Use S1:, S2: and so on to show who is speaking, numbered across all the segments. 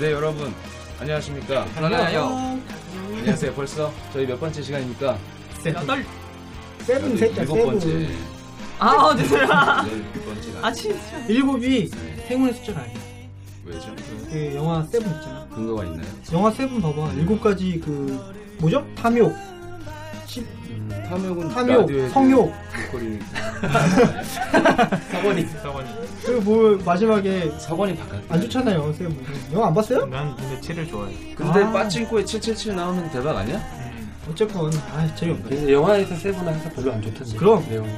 S1: 네, 여러분. 안녕하십니까. 하나요. 안녕하세요. 벌써 저희 몇 번째 시간입니까?
S2: 여덟.
S3: 세븐 셋째
S1: 일곱 번째. 네,
S3: 세븐
S2: 아, 죄송해요.
S1: 열일곱 번째가.
S2: 아, 진짜. 일곱이 행운의 숫자가 아니야.
S1: 왜죠?
S2: 그 영화 세븐 있잖아.
S1: 근거가 있나요?
S2: 영화 세븐 봐봐. 일곱 가지 그 뭐죠? 탐욕, 시-
S1: 탐욕은
S2: 탐욕,
S1: 라디오에
S2: 성욕.
S1: 목걸이.
S4: 사원이 사원이
S2: 그리고 뭐 마지막에
S1: 사관이 바깥.
S2: 안 좋잖아요. 세븐. 영화 안 봤어요?
S4: 난 근데 치를 좋아해
S1: 근데
S2: 아.
S1: 빠친코에 777 나오면 대박 아니야?
S2: 어쨌건 아 재미없네.
S5: 그래서 영화에서 세븐은 항상 별로 안 좋던데.
S2: 그럼.
S5: 내용이.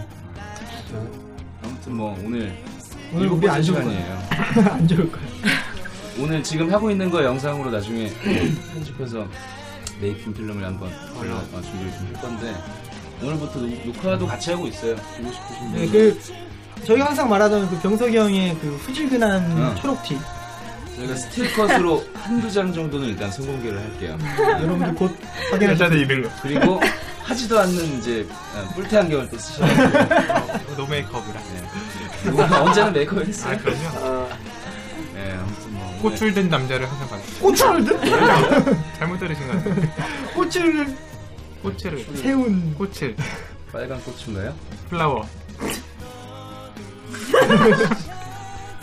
S1: 아무튼 뭐 오늘
S2: 오늘
S1: 일곱
S2: 우리
S1: 번째
S2: 안 좋은 거야.
S1: 시간이에요.
S2: 안 좋을 거야.
S1: 오늘 지금 하고 있는 거 영상으로 나중에 편집해서 메이킹 필름을 한번 올라 어, 준비를 좀 할 건데 오늘부터 녹- 녹화도 같이 하고 있어요. 보고 싶으신
S2: 네,
S1: 분
S2: 그 저희가 항상 말하던 그 병석이 형의 그 후질근한
S1: 응.
S2: 초록티.
S1: 저희가 스틸컷으로 한두 장 정도는 일단 성공개를 할게요.
S2: 여러분들 곧 확인할
S4: 여자들 뭐, 입은 거
S1: 그리고 하지도 않는 이제 아, 뿔테 안경을 또 쓰시라고
S4: 어, 노메이크업이라
S1: 그리고 언제나 메이크업
S4: 아
S1: 했어요.
S4: 그럼요
S1: 네, 아무튼 뭐 오늘
S4: 꽃줄든 남자를 항상 봤어요
S2: 꽃을 든
S4: 잘못 들으신 것 같아요
S2: 꽃을
S4: 꽃을
S2: 세운
S4: 꽃을
S1: 빨간 꽃인가요?
S4: 플라워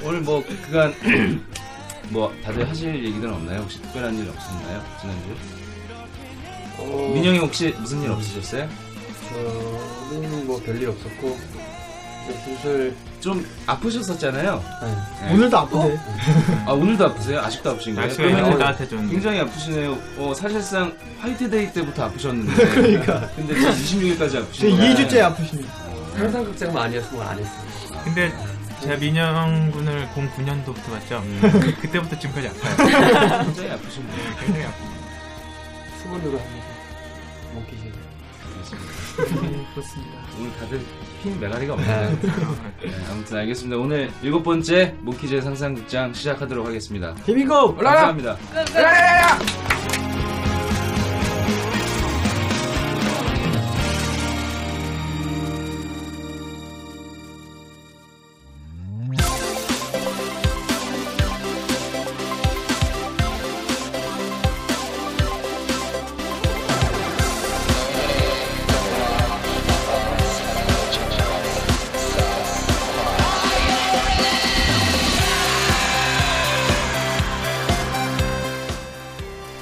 S1: 오늘 뭐 그간 뭐 다들 하실 얘기들은 없나요? 혹시 특별한 일 없었나요? 지난주?
S5: 어,
S1: 민영이 혹시 무슨 일 없으셨어요?
S5: 저는 뭐 별일 없었고 이제 슬슬
S1: 좀 아프셨었잖아요.
S5: 네.
S1: 네.
S2: 오늘도 아픈데.
S1: 아 오늘도 아프세요? 아직도 아프신 거예요?
S4: 날씨가
S1: 네, 그러면 어,
S4: 형제 나한테 줬는데
S1: 굉장히 아프시네요. 어 사실상 화이트데이 때부터 아프셨는데. 그러니까. 근데 지금 26일까지
S2: 제
S1: 아프신 거예요.
S2: 2주째 아프시네.
S5: 상상극장만 아니었으면 안 했어요.
S4: 근데 제가 민영 군을 09년도부터 봤죠
S1: 음.
S4: 그- 그때부터 지금까지 아파요
S1: 굉장히 아프신 거예요.
S4: 굉장히 아파요
S5: 수건으로 합니다. 몽키즈.
S2: 네, 그렇습니다.
S1: 오늘 다들 흰 메가리가 없나요?
S4: 아,
S1: 네, 아무튼 알겠습니다. 오늘 일곱 번째 모키즈의 상상극장 시작하도록 하겠습니다.
S2: 데미고!
S1: 감사합니다.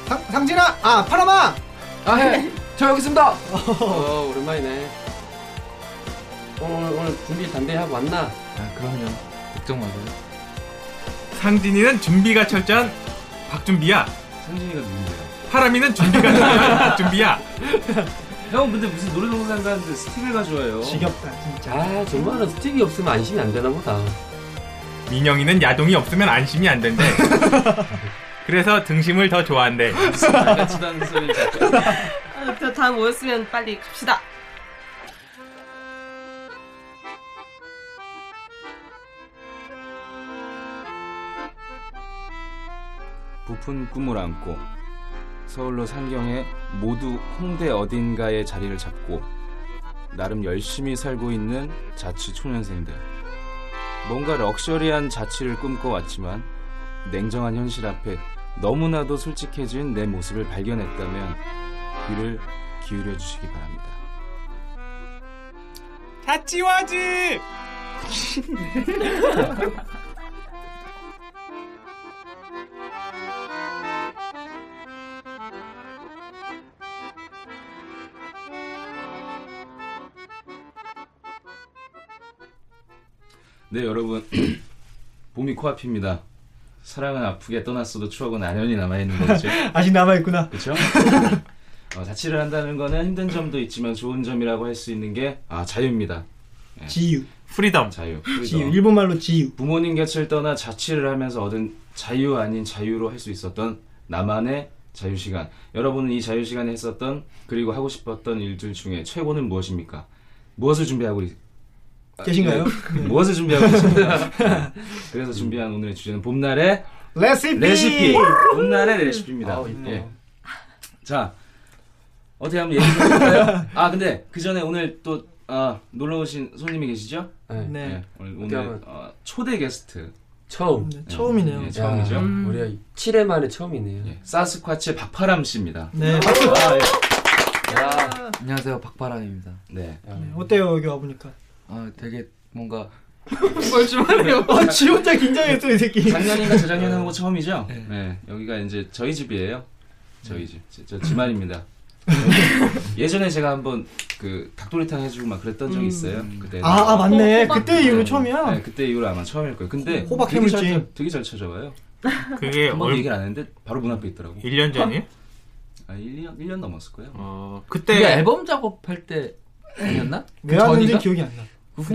S2: 상, 상진아! 아, 파라마!
S5: 아, 해! 저 여기 있습니다! 어, 오랜만이네. 오늘, 오늘 준비 담배 하고 왔나?
S4: 그럼요 걱정 마세요 상진이는 준비가 철저한 박준비야
S1: 상진이가 누군데요?
S4: 파람이는 준비가 철저한 박준비야
S1: 형 근데 무슨 노래동산 가는데 스틱을 가져와요.
S2: 지겹다, 진짜.
S5: 아, 정말은 스틱이 없으면 안심이 안 되나 보다.
S4: 민영이는 야동이 없으면 안심이 안 된대. 그래서 등심을 더 좋아한대.
S1: 같이 다는 소리를 자꾸.
S6: 다 모였으면 빨리 갑시다.
S1: 부푼 꿈을 안고 서울로 상경해 모두 홍대 어딘가에 자리를 잡고 나름 열심히 살고 있는 자취 초년생들. 뭔가 럭셔리한 자취를 꿈꿔왔지만 냉정한 현실 앞에 너무나도 솔직해진 내 모습을 발견했다면 귀를 기울여 주시기 바랍니다.
S4: 자치와지!
S1: 네 여러분 봄이 코앞입니다. 사랑은 아프게 떠났어도 추억은 아련히 남아있는 거죠.
S2: 아직 남아있구나.
S1: 그렇죠? 어, 자취를 한다는 거는 힘든 점도 있지만 좋은 점이라고 할 수 있는 게 아, 자유입니다.
S2: 지유.
S4: 프리덤.
S1: 자유.
S2: 지유.
S1: 그래서
S2: 일본말로 지유.
S1: 부모님 곁을 떠나 자취를 하면서 얻은 자유 아닌 자유로 할 수 있었던 나만의 자유 시간. 여러분은 이 자유 시간에 했었던 그리고 하고 싶었던 일들 중에 최고는 무엇입니까? 무엇을 준비하고 있- 아,
S2: 계신가요?
S1: 예. 무엇을 준비하고 계십니까? 네. 그래서 준비한 오늘의 주제는 봄날의
S2: 레시피!
S1: 네.
S2: 네.
S1: 레시피. 봄날의 레시피입니다. 예.
S5: 아우, 이뻐.
S1: 자 어떻게 한번 얘기 좀 해볼까요? 아 근데 그 전에 오늘 또 아, 놀러 오신 손님이 계시죠? 예,
S5: 네.
S2: 네.
S1: 오늘,
S5: 어떻게
S1: 오늘
S5: 하면-
S1: 어, 초대 게스트
S5: 처음.
S2: 네, 처음이네요.
S1: 예, 처음이죠.
S5: 야,
S2: 음.
S5: 우리가 7회 만에 처음이네요.
S1: 예, 사스쿼치 박파람 씨입니다.
S2: 네.
S1: 아, 예.
S5: 야,
S3: 안녕하세요 박바람입니다.
S1: 네.
S2: 네, 어때요, 여기 와보니까?
S3: 아 되게
S7: 어.
S3: 뭔가
S6: 뭘좀 하네요.
S2: 아, 지 혼자 긴장했어, 이 새끼.
S1: 작년인가 재작년에
S2: 어.
S1: 한거 처음이죠? 네. 여기가 이제 저희 집이에요.
S2: 네.
S1: 저희 집. 저, 저 지만입니다. 예전에 제가 한번 그 닭도리탕 해주고 막 그랬던 적이 있어요. 그때.
S2: 음. 아, 아, 맞네.
S6: 어, 호박.
S2: 그때 이후로 처음이야.
S1: 네, 그때 이후로 아마 처음일 거예요. 근데
S2: 호박
S1: 되게 잘-
S2: 해물찜.
S1: 되게 잘 찾아와요.
S4: 그게
S1: 한번
S4: 예, 얼, 예.
S1: 얘기를 안 했는데 바로 문 앞에 있더라고.
S4: 1년 전이에요?
S1: 아, 1년, 1년 넘었을 거예요.
S4: 어,
S3: 이게
S4: 그때
S3: 앨범 작업할 때 아니었나?
S5: 그
S2: 왜 왔는지
S3: 전인가?
S2: 기억이 안 나.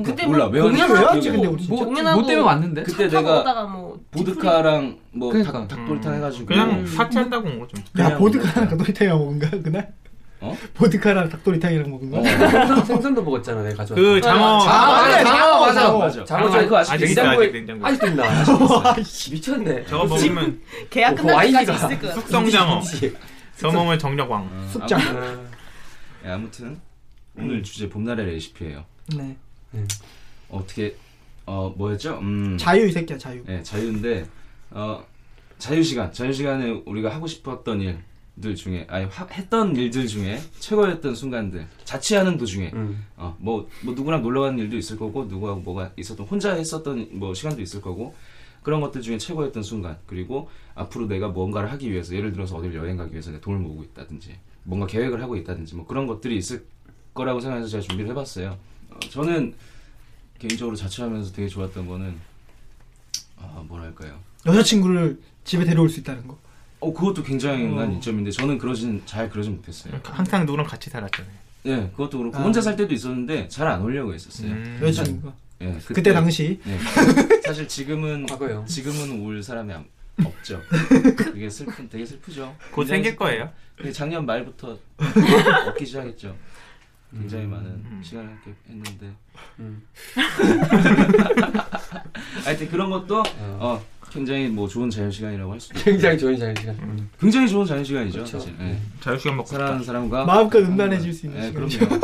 S6: 그때
S1: 몰라,
S6: 뭐
S1: 왜 왔는지
S2: 왜
S6: 공연하고
S2: 왔지, 근데 우리 진짜?
S3: 뭐,
S6: 공연하고
S3: 뭐 때문에 왔는데?
S1: 그때
S6: 차 타고
S1: 내가
S6: 오다가 뭐
S1: 보드카랑 뭐
S3: 그러니까.
S1: 닭, 닭도리탕 해가지고
S4: 음,
S1: 음. 네.
S4: 그냥 사치한다고 온 거죠.
S2: 야,
S1: 그냥
S2: 보드카랑 닭도리탕이랑 먹은 거야, 그날?
S1: 어?
S2: 보드카랑 닭도리탕이랑 먹은 거야?
S5: 음. 생선도 먹었잖아, 내가 가져왔
S4: 그 장어
S3: 아, 맞아, 장어 맞아.
S2: 장어.
S1: 맞아.
S5: 장어
S4: 장어
S5: 그거 아직
S4: 아직 있어,
S5: 냉장고에
S4: 아직 냉장고에.
S5: 아직도 있나?
S2: 와, 씨.
S5: 미쳤네.
S3: 그
S4: 저거 뭐 먹으면
S6: 계약
S1: 뭐
S5: 어,
S6: 끝날 때까지
S5: 와인이가.
S6: 있을 거야.
S4: 숙성장어.
S5: 그치?
S4: 저거 먹으면 정력왕.
S1: 어,
S2: 숙장.
S5: 아,
S1: 예, 아무튼 오늘 주제 봄날의 레시피예요.
S2: 네.
S1: 어떻게 어 뭐였죠? 음,
S2: 자유, 이 새끼야, 자유.
S1: 예, 자유인데 어 자유 시간, 자유 시간에 우리가 하고 싶었던 일들 중에 아니 하- 했던 일들 중에 최고였던 순간들 자취하는 도중에
S5: 음.
S1: 어 뭐 뭐 누구랑 놀러 가는 일도 있을 거고 누구하고 뭐가 있었던 혼자 했었던 뭐 시간도 있을 거고 그런 것들 중에 최고였던 순간 그리고 앞으로 내가 뭔가를 하기 위해서 예를 들어서 어디를 여행 가기 위해서 내 돈을 모으고 있다든지 뭔가 계획을 하고 있다든지 뭐 그런 것들이 있을 거라고 생각해서 제가 준비를 해봤어요 어, 저는 개인적으로 자취하면서 되게 좋았던 거는 아 뭐랄까요
S2: 여자친구를 집에 데려올 수 있다는 거.
S1: 어 그것도 굉장히 난
S2: 어. 음.
S1: 이점인데 저는 그러진 잘 그러진 못했어요
S4: 항상 누구랑 같이 살았잖아요.
S1: 네 그것도 그렇고
S2: 아.
S1: 혼자 살 때도 있었는데 잘 안 오려고 했었어요
S4: 음,
S2: 여자친구가.
S1: 예,
S2: 그때, 당시.
S1: 네. 사실 지금은
S5: 과거요.
S1: 지금은 울 사람이 안- 없죠. 그게 슬픈, 되게 슬프죠.
S4: 곧 생길 거예요.
S1: 근데 작년 말부터 얻기 시작했죠.
S2: 음.
S1: 굉장히 많은 시간을 함께 했는데.
S5: 음.
S1: 하여튼 그런 것도 어, 굉장히 뭐 좋은 자유 시간이라고 할 수도. 있고.
S5: 굉장히 좋은 자유 시간.
S1: 굉장히 좋은 자유 시간이죠.
S5: 그렇죠.
S1: 사실. 예.
S4: 자유시간 먹고 싶다.
S1: 사랑하는 사람과
S2: 마음껏 음란해질 수 있는
S1: 네,
S2: 시간이죠.
S1: 그럼요.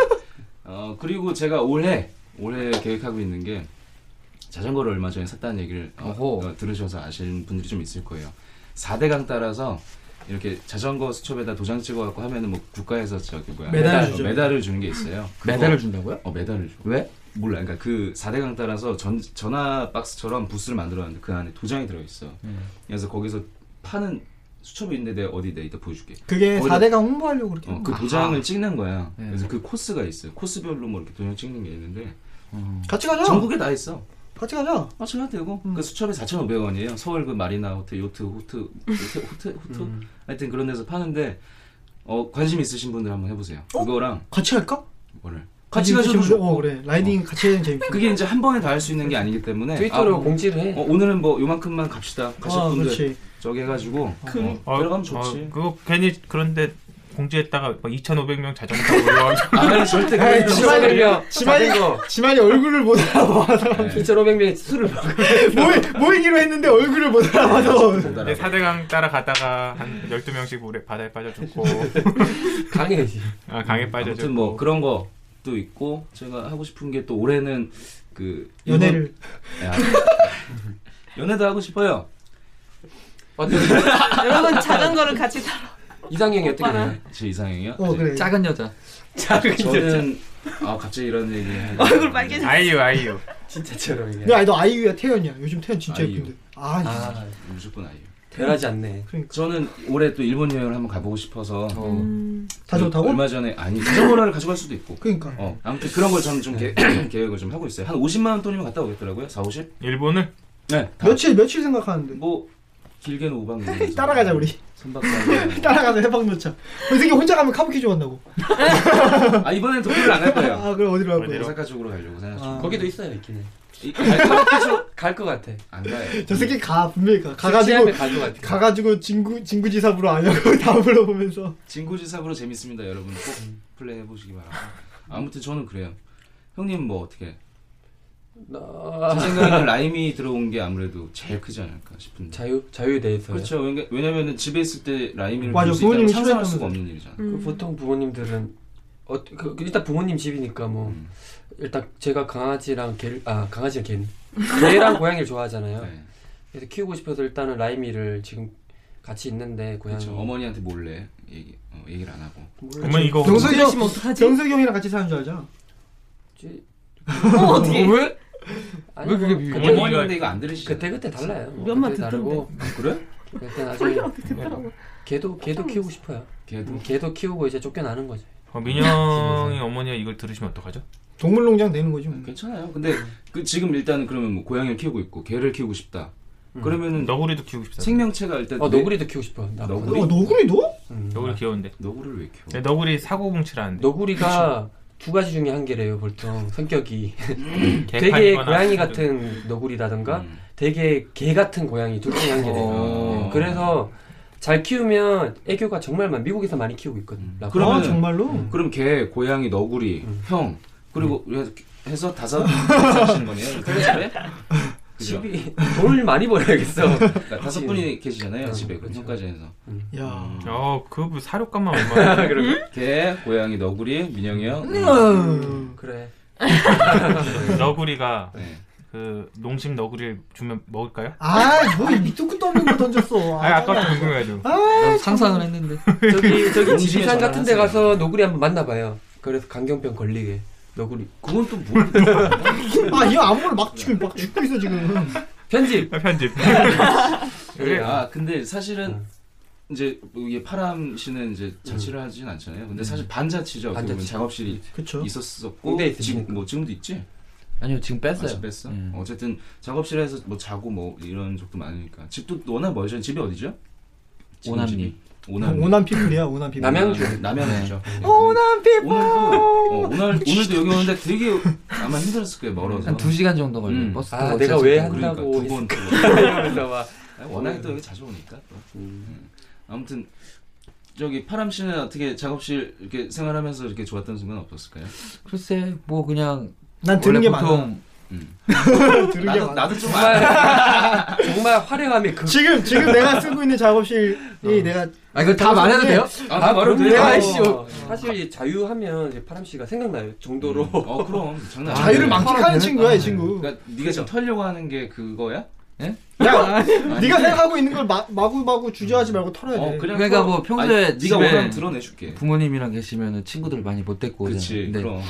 S1: 어, 그리고 제가 올해 올해 계획하고 있는 게 자전거를 얼마 전에 샀다는 얘기를 어,
S3: 어허.
S1: 어, 들으셔서 아시는 분들이 좀 있을 거예요. 4대강 따라서 이렇게 자전거 수첩에다 도장 찍어 갖고 하면은 뭐 국가에서 저기 뭐야
S2: 메달을
S1: 어,
S2: 주죠.
S1: 메달을 주는 게 있어요. 그거-
S3: 메달을 준다고요?
S1: 어 메달을 줘.
S3: 왜?
S1: 몰라. 그러니까 그 4대강 따라서 전 전화 박스처럼 부스를 만들었는데 그 안에 도장이 들어 있어.
S3: 음.
S1: 그래서 거기서 파는 수첩이 있는데 내가 어디 내가 이따 보여줄게.
S2: 그게
S1: 거기다-
S2: 4대강 홍보하려고 그렇게.
S1: 어,
S2: 한
S1: 그
S2: 거야.
S1: 도장을 찍는 거야.
S3: 네.
S1: 그래서 그 코스가 있어요. 코스별로 뭐 이렇게 도장 찍는 게 있는데
S2: 같이 가자!
S1: 전국에 다 있어.
S2: 같이 가자!
S1: 아, 제가 되고
S2: 음.
S1: 그 수첩에 4,500원이에요. 서울 그 마리나 호텔, 요트, 호트, 호텔, 호텔,
S5: 음.
S1: 호텔,
S2: 음.
S1: 하여튼 그런 데서 파는데 어 관심 있으신 분들 한번 해보세요.
S2: 어?
S1: 그거랑
S2: 같이 갈까?
S1: 뭐를 같이 가셔도
S2: 재밌-
S1: 좋고
S2: 어, 그래. 라이딩 같이 해야 재밌어.
S1: 그게 이제 한 번에 다 할 수 있는 게 아니기 때문에
S5: 트위터로
S1: 아,
S5: 공지를 해.
S1: 어, 오늘은 뭐 요만큼만 갑시다. 가실
S2: 아,
S1: 분들
S2: 그렇지.
S1: 저기 해가지고 어,
S4: 어,
S1: 들어가면 좋지.
S4: 어, 그거 괜히 그런데 공지했다가 뭐 2,500명 자전거 타고 올라와서
S1: 아,
S5: 네,
S1: 절대 그런
S2: 에이,
S1: 거
S2: 지만-
S1: 없어요. 네.
S5: 2,500명.
S2: 지만이-
S5: 거.
S2: 지만이 얼굴을 못 알아봐.
S1: 네.
S5: 2,500명이 술을 먹어.
S2: 모이, 모이기로 했는데 얼굴을 못 알아봐서.
S1: 못
S4: 근데
S1: 알아봐요.
S4: 4대강 따라가다가 한 12명씩 물에 바다에 빠져 죽고
S5: 강해지.
S4: 아, 강에 빠져
S1: 아무튼
S4: 죽고
S1: 뭐 그런 것도 있고 제가 하고 싶은 게 또 올해는 그
S2: 연애를.
S1: 야. 연애도 하고 싶어요.
S5: 어때?
S6: 여러분 자전거를 같이 타러.
S5: 이상형이 어떻게
S6: 오빠는?
S5: 돼?
S1: 제 이상형이요?
S2: 어, 그래.
S3: 작은 여자.
S1: 저는 아 갑자기 이런 얘기
S6: 얼굴 빨개져.
S4: 아이유 아이유
S5: 진짜처럼 이게.
S2: 야, 너 아이유야, 태연이야. 요즘 태연 진짜
S1: 아이유.
S2: 예쁜데. 아,
S5: 아,
S1: 무조건 아이유.
S5: 변하지 않네.
S2: 그러니까
S1: 저는 올해 또 일본 여행을 한번 가보고 싶어서 그
S6: 음.
S2: 다 좋다고?
S1: 얼마 전에 아니 자전거를 가져갈 수도 있고
S2: 그러니까
S1: 어 아무튼 그런 걸 저는 좀 계,
S2: 네.
S1: 계획을 좀 하고 있어요 한 50만 원 돈이면 갔다 오겠더라고요 4, 50?
S4: 일본을
S1: 네
S2: 며칠 며칠 생각하는데
S1: 뭐 길게는 5박 6일
S2: 따라가자 우리
S1: 3박 4일
S2: 따라가자 해방 놓자 이 새끼 혼자 가면 카부키 좋아한다고
S1: 아 이번엔 도쿄를 안 갈 거예요
S2: 아 그럼 어디로 갈 거야
S1: 오사카 쪽으로 가려고 생각 중
S2: 아.
S5: 거기도 있어요, 있기는.
S1: 이- 아, 갈
S5: 갈것 같아.
S1: 안 가요
S2: 저 새끼 가 분명히 가
S5: 시합에
S2: 가가지고
S5: 갈것 같아.
S2: 가가지고 진구 진구지사부로 아냐고 다 물어보면서
S1: 진구지사부로 재밌습니다 여러분 꼭 플레이해 보시기 바랍니다 아무튼 저는 그래요 형님 뭐 어떻게
S5: 나-
S1: 제 생각에는 라임이 들어온 게 아무래도 제일 크지 않을까 싶은데
S5: 자유 자유에 대해서.
S1: 그렇죠 왜냐- 왜냐면은 집에 있을 때 라임이를
S2: 맞아,
S1: 볼수 있다면
S2: 부모님이
S1: 상상할 수가
S2: 싫어하셨는데.
S1: 없는 일이잖아
S6: 음.
S5: 그 보통 부모님들은 어, 그, 그 일단 부모님 집이니까 뭐
S1: 음.
S5: 일단 제가 강아지랑 개아 강아지랑 개 개랑 고양이를 좋아하잖아요.
S1: 네.
S5: 그래서 키우고 싶어서 일단은 라이미를 지금 같이 있는데 고양이.
S1: 그렇죠
S5: 뭐
S1: 어머니한테 몰래 얘기 어, 얘기를 안 하고
S4: 어머니 이거
S2: 병석이 형
S6: 그러시면 어떡하지?
S2: 병석이 형이랑 같이 사는 줄 알잖아
S5: 지-
S6: 어, 어떻게?
S1: 뭐
S5: 왜? 아니,
S3: 왜 그게
S5: 뭐,
S3: 비밀이야?
S5: 그때,
S1: 어머니 근데 이거 안 들으시죠? 음,
S5: 그때 그때 달라요. 뭐
S6: 우리 엄마
S5: 그때 다르고
S1: 그래?
S5: 그때 나중에
S6: 소리가 어떻게 듣더라고.
S1: 네.
S5: 개도 개도 키우고 싶어요.
S1: 걔도
S5: 개도 키우고 이제 쫓겨나는 거죠.
S4: 어, 민영이 어머니가 이걸 들으시면 어떡하죠?
S2: 동물농장 되는 거지 뭐
S1: 괜찮아요 근데 그 지금 일단은 그러면 뭐 고양이를 키우고 있고 개를 키우고 싶다 그러면은
S4: 너구리도 키우고 싶다.
S1: 음. 생명체가 일단
S5: 음. 어
S1: 내-
S5: 너구리도 키우고 싶어. 나
S1: 너구리?
S2: 어, 너구리도?
S5: 음.
S1: 아.
S4: 너구리 귀여운데.
S1: 너구리를 왜 키워?
S4: 네, 너구리 사고뭉치라는데.
S5: 너구리가 두 가지 중에 한 개래요 보통 성격이 음. 되게
S4: 개판이거나
S5: 고양이
S4: 아니면-
S5: 같은 너구리라던가
S1: 음.
S5: 되게 개 같은 고양이 둘 중에 한
S1: 어.
S5: 개래요 네, 그래서 잘 키우면 애교가 정말 많 미국에서 많이 키우고 있거든
S1: 음.
S5: 요
S1: 그러면은- 음,
S2: 아 정말로?
S1: 그럼 개, 고양이, 너구리,
S5: 음.
S1: 형 그리고 해서- 해서 다섯 사시는 거네요. 그렇죠. 그래? 그죠?
S5: 집이 돈을 많이 벌어야겠어
S1: 그러니까 다섯 분이 계시잖아요
S5: 음,
S1: 집에 그
S5: 그렇죠.
S1: 형까지 해서 음.
S2: 야
S4: 어, 그 사료값만 얼마야?
S1: 개, 고양이, 너구리, 민영이 형.
S2: 음.
S5: 그래
S4: 음. 너구리가
S1: 네.
S4: 그 농심 너구리를 주면 먹을까요?
S2: 아뭐 밑도 끝도 없는 거 던졌어
S4: 아, 아까부터 궁금해가지고.
S3: 난 상상을 했는데.
S5: 저기 저기
S1: 농심에
S5: 지리산 같은 데
S1: 전화하세요.
S5: 가서 너구리 한번 만나봐요 그래서 강경병 걸리게 너구리
S1: 그건 또 뭐?
S6: 그
S2: 아이 안무를 막 지금 막 죽고 있어 지금
S5: 편집
S4: 아, 편집.
S5: 그래
S1: 아 근데 사실은
S5: 음.
S1: 이제 뭐 이게 파람 씨는 이제 자취를 하진 않잖아요. 근데 사실 반자취죠. 어떻게 보면
S5: 반자취.
S1: 작업실이
S2: 그쵸
S1: 있었었고
S5: 군대에
S1: 지금
S5: 있으니까.
S1: 뭐 지금도 있지?
S3: 아니요 지금 뺐어요.
S1: 아, 뺐어?
S3: 음.
S1: 어쨌든 작업실에서 뭐 자고 뭐 이런 적도 많으니까 집도 워낙 멀죠. 집이 어디죠? 지금
S3: 오남리.
S1: 집이? 오남리. 네,
S2: 오남 피플이야 오남 피플
S5: 남양주
S1: 남양주죠.
S3: 네.
S1: 오남 피플. 오늘도 어, 오늘 오늘도 여기 오는데 되게 아마 힘들었을 거예요. 멀어서.
S3: 한 2시간 정도 걸려요.
S1: 음.
S3: 버스
S5: 아
S3: 타고
S5: 내가
S3: 어쩌-
S5: 왜
S1: 그러니까
S5: 한다고
S1: 두번
S5: 이러면서 막
S1: 네, 워낙에 또 여기 자주 오니까. 또. 네.
S5: 음.
S1: 아무튼 저기 파람 씨는 어떻게 작업실 이렇게 생활하면서 이렇게 좋았던 순간 없었을까요?
S3: 글쎄 뭐 그냥
S2: 난
S3: 원래
S2: 들은 게 많아
S3: 보통 뭐
S1: 음.
S2: 들은 게
S1: 나도
S2: 많아
S1: 나도 좀 알.
S5: 정말 정말 화려함이 그
S2: 지금 지금 내가 쓰고 있는 작업실이 내가
S3: 아 이거
S5: 그
S3: 다 말해도 돼요?
S1: 아, 바로
S2: 그럼 내가
S1: 돼요.
S2: 씨,
S5: 어, 사실 이제 자유하면 이제 파람 씨가 생각나요 정도로
S1: 어 그럼 장난 아니야.
S2: 자유를
S3: 네.
S2: 망측하는
S3: 되는-
S2: 친구야
S3: 아,
S2: 이 친구
S1: 그러니까 네가 지금 털려고 하는 게 그거야? 예?
S2: 야 네가
S1: 아니,
S2: 생각하고 있는 걸 마, 마구마구 주저하지 말고 털어야
S1: 어
S2: 돼
S1: 그냥
S3: 그러니까
S1: 털어.
S3: 뭐 평소에
S1: 아니, 네가
S3: 집에-
S1: 원하면 드러내줄게.
S3: 부모님이랑 계시면 친구들 많이 못 데리고 오잖아요. 네.
S1: 그렇지.
S3: 근데
S1: 그럼.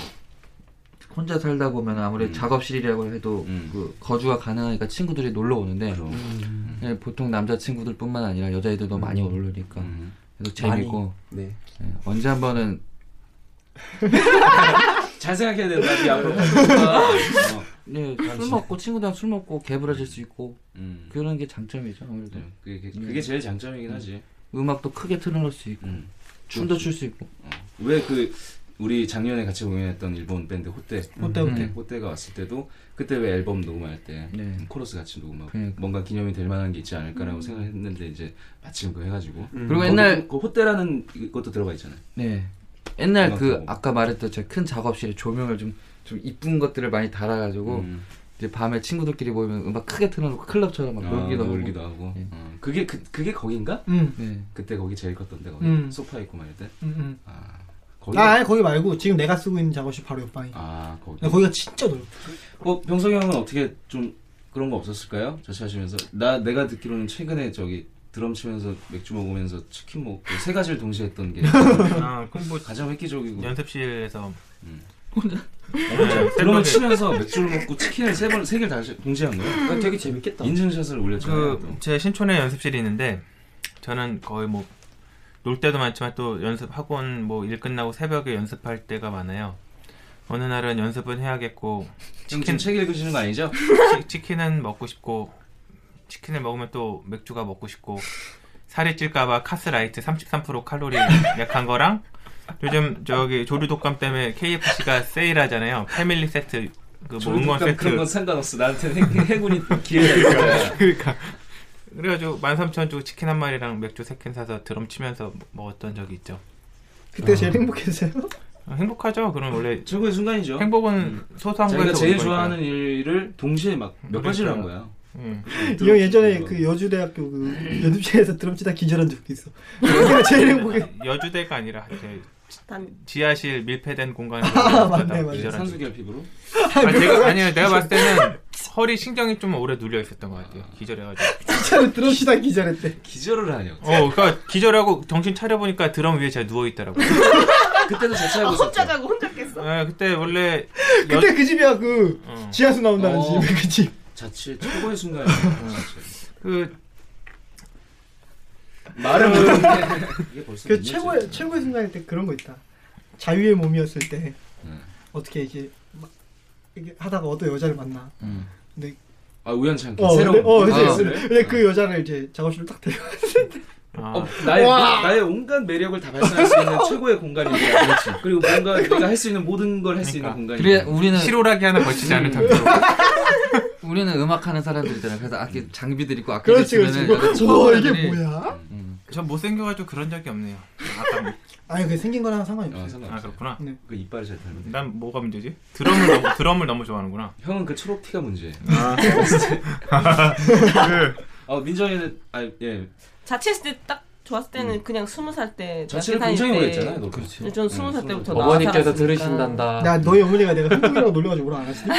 S3: 혼자 살다 보면 아무래도
S1: 음.
S3: 작업실이라고 해도
S1: 음.
S3: 그 거주가 가능하니까 친구들이 놀러 오는데
S1: 그럼.
S3: 예, 보통 남자 친구들뿐만 아니라 여자애들도 많이 오르니까
S1: 음.
S3: 계속 재밌고
S5: 네.
S3: 예, 언제 한번은
S1: 잘 생각해야 된다. 네 앞으로. 어,
S3: 예, 술 먹고 친구들이랑 술 먹고 개부라질 수 있고
S1: 음.
S3: 그런 게 장점이죠 아무래도
S1: 네, 그게, 그게 제일 장점이긴 하지.
S3: 음악도 크게 틀어놓을 수 있고
S1: 음.
S3: 춤도 출 수 있고
S1: 왜 그 우리 작년에 같이 공연했던 일본 밴드 호떼
S2: 호떼,
S3: 음. 호떼.
S1: 호떼가 왔을 때도 그때 왜 앨범 녹음할 때
S3: 네.
S1: 코러스 같이 녹음하고
S3: 그러니까.
S1: 뭔가 기념이 될 만한 게 있지 않을까라고 생각했는데 이제 마침 그 해가지고
S3: 그리고 옛날
S1: 그 호떼라는 것도 들어가 있잖아요.
S3: 네 옛날 그
S1: 음악도.
S3: 아까 말했던 제 큰 작업실에 조명을 좀 좀 이쁜 것들을 많이 달아가지고
S1: 음.
S3: 이제 밤에 친구들끼리 모이면 음악 크게 틀어놓고 클럽처럼 막
S1: 아,
S3: 놀기도 하고
S1: 놀기도 하고.
S3: 예.
S1: 어, 그게 그, 그게 거긴가?
S2: 음,
S3: 네.
S1: 그때 거기 제일 컸던 데 거기
S2: 음.
S1: 소파 있고 막 이럴 때.
S2: 음, 음.
S1: 아 거기.
S2: 아 아니 거기 말고 지금 내가 쓰고 있는 작업실 바로 옆방이
S1: 아 거기.
S2: 야, 거기가 진짜 넓어
S1: 어, 병석이 형은 어떻게 좀 그런 거 없었을까요? 자취하시면서 나 내가 듣기로는 최근에 저기 드럼 치면서 맥주 먹으면서 그 치킨 먹고 세 가지를 동시에 했던 게
S4: 아, 그럼 뭐
S1: 가장 획기적이고
S5: 어,
S4: 연습실에서 네,
S1: 음.
S4: 음,
S1: 드럼을 치면서 맥주를 먹고 치킨을 세 번, 세 개를 다 동시에 한 거예요.
S5: 아, 되게 재밌겠다.
S1: 인증샷을 올렸잖아요.
S4: 그
S1: 또.
S4: 제 신촌에 연습실이 있는데 저는 거의 뭐 놀 때도 많지만 또 연습 학원 뭐 일 끝나고 새벽에 연습할 때가 많아요. 어느 날은 연습은 해야겠고
S1: 지금 지금 책 읽으시는 거 아니죠?
S4: 치- 치킨은 먹고 싶고 치킨을 먹으면 또 맥주가 먹고 싶고 살이 찔까봐 카스라이트 33% 칼로리 약한 거랑 요즘 저기 조류 독감 때문에 KFC가 세일하잖아요. 패밀리 세트 그뭐 응원
S1: 조립감 그러니까 그런 건
S4: 세트
S1: 상관없어. 나한테는 해- 해군이 기회가 있어.
S4: 그러니까 그래가지고 13,000원 주고 치킨 한 마리랑 맥주 세 캔 사서 드럼 치면서 먹었던 적이 있죠.
S2: 그때 제일 행복했어요?
S4: 어, 행복하죠. 그럼 원래
S1: 최고의 순간이죠.
S4: 행복은 소소한
S1: 자기가
S4: 거에서
S1: 그렇죠. 제일
S4: 오는 거니까.
S1: 좋아하는 일을 동시에 막 몇 가지를 한 거야.
S4: 음.
S2: 이 형 예전에 그 여주대학교 그
S6: 음.
S2: 연습실에서 드럼 치다 기절한 적도 있어. 그때가 제일 행복해.
S4: 여주대가 아니라 이제
S6: 단
S4: 지하실 밀폐된 공간에
S2: 아, 맞네, 맞네.
S4: 기절한 적이
S1: 산수결 피부로.
S4: 아니, 내가, 아니요, 내가 봤을 때는 허리 신경이 좀 오래 눌려 있었던 것 같아요. 기절해가지고.
S2: 진짜로 그 드럼 치다 기절했대.
S1: 기절을 하냐.
S4: 어, 그러니까 기절하고 정신 차려보니까 드럼 위에 제가 누워있더라고요.
S1: 그때도
S6: 아,
S1: 자취하고
S6: 혼자
S1: 있었죠.
S6: 자고 혼자 깼어.
S4: 아, 그때 원래. 여,
S2: 그때 그 집이야 그
S4: 어,
S2: 지하수 나온다는
S1: 어.
S2: 집. 그 집.
S1: 자취 최고의 순간이야.
S4: 그,
S1: 말을 못했는데 이게 벌써 몇
S2: 그
S1: 년째.
S2: 최고의 최고의 순간일 때 그런 거 있다. 자유의 몸이었을 때
S1: 음.
S2: 어떻게 이제 막 이렇게 하다가 어떤 여자를 만나.
S1: 음.
S2: 근데-
S1: 아 우연찮게
S2: 어,
S1: 새로운
S2: 근데, 어, 그치,
S1: 아,
S2: 그치.
S1: 그래?
S2: 근데 그 여자를 이제 작업실로 딱 데려.
S4: 아,
S1: 어, 나의 나의 온갖 매력을 다 발산할 수 있는 최고의 공간이야. 그렇지. 그리고 뭔가 내가 할 수 있는 모든 걸 할 수 있는 어, 공간이.
S3: 그래 우리는
S4: 실오라기 하나 걸치지 않을 정도로.
S3: 우리는 음악하는 사람들이잖아. 그래서 악기 장비들 있고 악기
S2: 그렇지, 그렇지. 와 어, 이게 뭐야?
S4: 전 못생겨가지고 그런 적이 없네요. 아까 뭐,
S2: 아니 그 생긴 거랑 상관이
S1: 어,
S2: 없어요.
S4: 아,
S1: 상관없어.
S4: 그렇구나.
S1: 그 이빨이 잘 닮은데.
S4: 난 뭐가 문제지? 드럼을 너무, 드럼을 너무 좋아하는구나.
S1: 형은 그 초록티가 문제.
S4: 그,
S1: 어 민정이는 아예
S6: 자취했을 때 딱 좋았을 때는 그냥 스무 살때
S1: 음. 자취를 굉장히 오래 했잖아요. 네, 너 그렇지.
S6: 저는 스무 살 때부터 나와
S5: 어머니께서
S6: 살았으니까.
S5: 들으신단다.
S2: 나 너희 어머니가 내가 흥분이라고 놀려가지고 뭐라 안 하시니?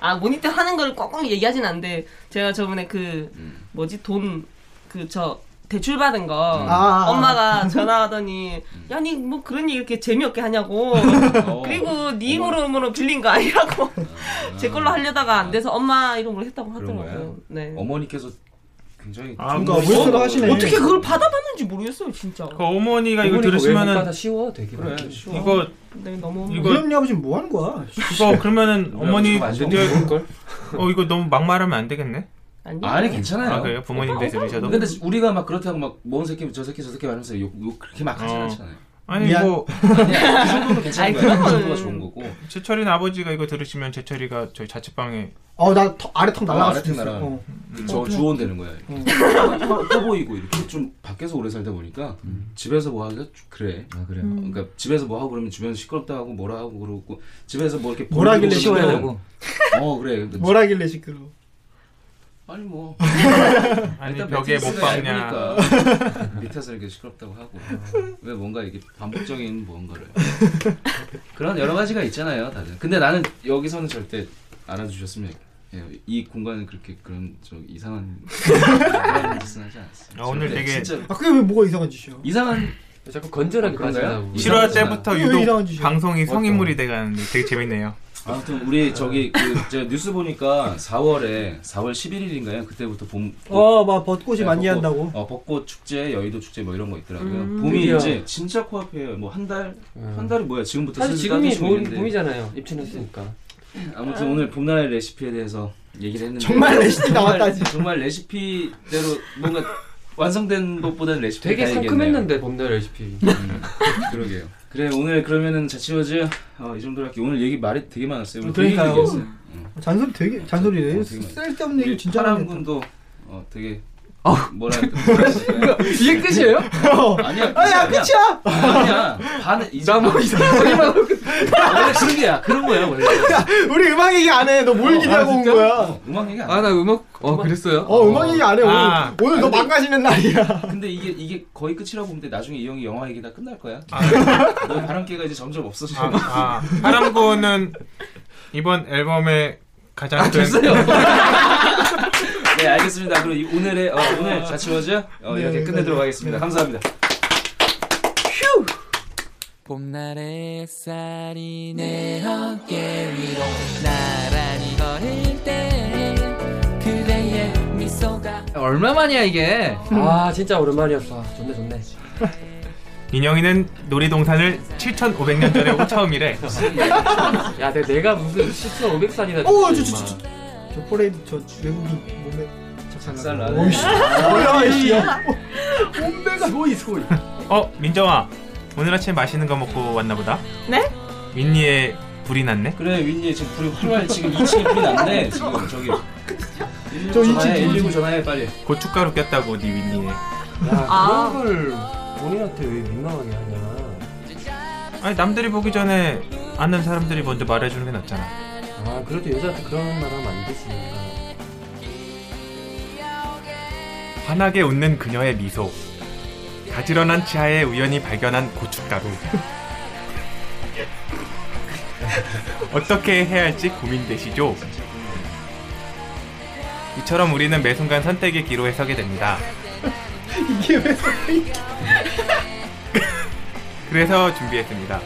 S6: 아 모니터 하는 거를 꽉꽉 얘기하진 않는데 제가 저번에 그 뭐지 돈 그 저 대출 받은 거
S1: 음.
S2: 아, 아.
S6: 엄마가 전화 하더니 야니 뭐 그런 얘기 이렇게 재미없게 하냐고
S1: 어.
S6: 그리고 네 이름으로 빌린 거 아니라고 제 걸로 하려다가 안 돼서 엄마 이름으로 했다고
S1: 그런
S6: 하더라고요. 네.
S1: 어머니께서 굉장히
S4: 아,
S2: 뭔가 물수로 하시네.
S6: 어떻게 그걸 받아봤는지 모르겠어요 진짜.
S4: 그 어머니가 이거
S5: 외국가다
S4: 들으시면은,
S5: 쉬워 되게 그래. 쉬워.
S4: 이거,
S6: 근데 너무
S4: 이거-
S2: 우리 엄니 아버지는 뭐 하는 거야?
S4: 이거 그러면은 어머니,
S1: 안 되는
S4: 이제-
S1: 걸?
S4: 어, 이거 너무 막말하면 안 되겠네?
S6: 아니
S1: 아니 괜찮아요. 어?
S4: 아, 그래요? 부모님들 들으셔도?
S1: 근데 우리가 막 그렇다고 막뭔 새끼 저 새끼 저 새끼 말하면서 욕, 욕 그렇게 막 하진
S4: 어.
S1: 않잖아요.
S4: 아니,
S2: 미안.
S4: 뭐,
S1: 아니야, 그 정도는 괜찮은
S6: 아니,
S1: 거야. 그
S6: 그거는-
S1: 정도가 좋은 거고.
S4: 제철이는 아버지가 이거 들으시면 제철이가 저희 자취방에
S2: 어나 아래 턱 날라갈 수도
S1: 아래턱
S2: 있어.
S1: 날아가네.
S2: 어.
S1: 저 주원되는 거야. 이렇게.
S6: 음.
S1: 커, 커 보이고 이렇게 좀 밖에서 오래 살다 보니까 집에서 뭐 하기가 좀 그래.
S3: 아 그래.
S6: 음.
S1: 그러니까 집에서 뭐 하고 그러면 주변 시끄럽다 하고 뭐라 하고 그러고 집에서 뭐 이렇게
S2: 뭐라
S1: 벌리고
S2: 하길래
S1: 그러면은
S2: 시끄러워?
S3: 하고
S1: 어 그래. 근데
S2: 뭐라길래 시끄러?
S1: 아니 뭐
S4: 아니
S1: 일단
S4: 벽에 못
S1: 매트리스가 그러니까.
S4: 박냐
S1: 얇으니까 밑에서 이렇게 시끄럽다고 하고 왜 뭔가 이게 반복적인 뭔가를 그런 여러 가지가 있잖아요 다들 근데 나는 여기서는 절대 알아주셨으면 예, 이 공간은 그렇게 그런 저 이상한 그런 짓은 하지 않았어요
S4: 아, 오늘
S1: 절대.
S4: 되게
S1: 진짜
S2: 아 그게 왜 뭐가 이상한 짓이야?
S1: 이상한
S5: 자꾸 건전하게
S1: 그런가요?
S5: 빠진다고.
S1: 싫어.
S4: 7화
S1: 이상하잖아.
S4: 때부터
S2: 왜
S4: 유독
S2: 이상한 짓이야?
S4: 방송이 성인물이 돼가는데 되게 재밌네요
S1: 아무튼 우리 저기 그 제가 뉴스 보니까 4월에 4월 11일인가요 그때부터 봄
S2: 어막 벚꽃이 많이
S1: 벚꽃,
S2: 한다고.
S1: 어, 벚꽃 축제, 여의도 축제 뭐 이런 거 있더라고요.
S6: 음.
S1: 봄이
S5: 드디어.
S1: 이제 진짜 코앞이에요. 뭐 한 달,
S5: 음.
S1: 한 달이 뭐야? 지금부터
S5: 사실
S1: 슬슬
S5: 지금이
S1: 따뜻해지고
S5: 좋은
S1: 있는데.
S5: 봄이잖아요. 입춘했으니까.
S1: 아무튼 오늘 봄날 레시피에 대해서 얘기를 했는데
S2: 정말 레시피
S1: 정말-
S2: 나왔다지.
S1: 정말 레시피대로 뭔가 완성된 것보다는 레시피
S5: 되게 상큼했는데 봄날 레시피.
S1: 그러게요. 그래 오늘 그러면은 자취워즈 어, 이 정도로 할게. 오늘 얘기 말이 되게 많았어요. 오늘
S2: 그러니까요.
S1: 되게 얘기했어요.
S2: 잔소리 되게 잔소리래.
S1: 어, 되게 많이-
S2: 쓸데없는
S1: 우리
S2: 얘기 진짜 많이 했다.
S1: 파랑군도 어, 되게
S5: 아.
S1: 뭐라 할까
S5: 이게 끝이에요?
S2: 어,
S1: 아니야
S2: 아야 끝이야.
S1: 아니야 반은 이제
S5: 나뭐 이상한 소리만 하고
S1: 원래 그런 게야 그런 거야 원래
S2: 우리 음악 얘기 안 해. 너
S1: 어, 아,
S2: 뭘 기대하고 온 거야?
S1: 음악 얘기 안
S3: 아 나 음악 어 그랬어요.
S2: 어 음악 얘기 안 해. 오늘
S4: 아.
S2: 오늘 너 망가지는 날이야.
S1: 근데 이게 이게 거의 끝이라고 보는데 나중에 이 형이 영화 얘기 다 끝날 거야.
S4: 아,
S1: 너 바람개가 이제 점점 없어져.
S4: 아, 아. 하람고는 이번 앨범에
S1: 아,
S4: 가장 큰
S1: 네 알겠습니다. 그럼 이- 오늘의 어, 오늘 자취워즈 어,
S2: 네,
S1: 이렇게
S2: 네,
S1: 끝내도록
S2: 네.
S1: 하겠습니다.
S2: 네.
S1: 감사합니다.
S8: 봄날의 햇살이 내 어깨 위로 나란히 걸을 때 그대의 미소가
S3: 얼마만이야 이게?
S5: 아 진짜 오랜만이었어. 좋네 좋네.
S4: 인형이는 놀이동산을 7,500년 전에 오고 처음이래.
S5: 야 내가, 내가 무슨 7,500살이나
S2: 오, 저, 저, 저, 저, 저 포레인 저 외국인 몸에
S1: 작살
S2: 착상하고.
S1: 나네.
S2: 오이씨. 뭐야 이씨.
S5: 몸매가 소이 소이.
S4: 어, 민정아. 오늘 아침에 맛있는 거 먹고 왔나 보다.
S6: 네?
S4: 윈니에 불이 났네.
S1: 그래 윈니 지금 불이 활활 지금 2층에 불이 났네 지금 저기 119
S2: 저 이층,
S1: 아, 전화해
S2: 저 이층.
S1: 119 전화해 빨리
S4: 고춧가루 꼈다고 네 니 윈니에.
S5: 야
S6: 아.
S5: 그런 걸 본인한테 왜 민망하게 하냐.
S4: 아니 남들이 보기 전에 아는 사람들이 먼저 말해주는 게 낫잖아.
S5: 아 그래도 여자한테 그런 말 하면 안 되지.
S4: 환하게 웃는 그녀의 미소. 가지런한 치아에 우연히 발견한 고춧가루. 어떻게 해야 할지 고민되시죠? 이처럼 우리는 매 순간 선택의 기로 해석이 됩니다.
S2: 이게 왜
S4: 그래서 준비했습니다.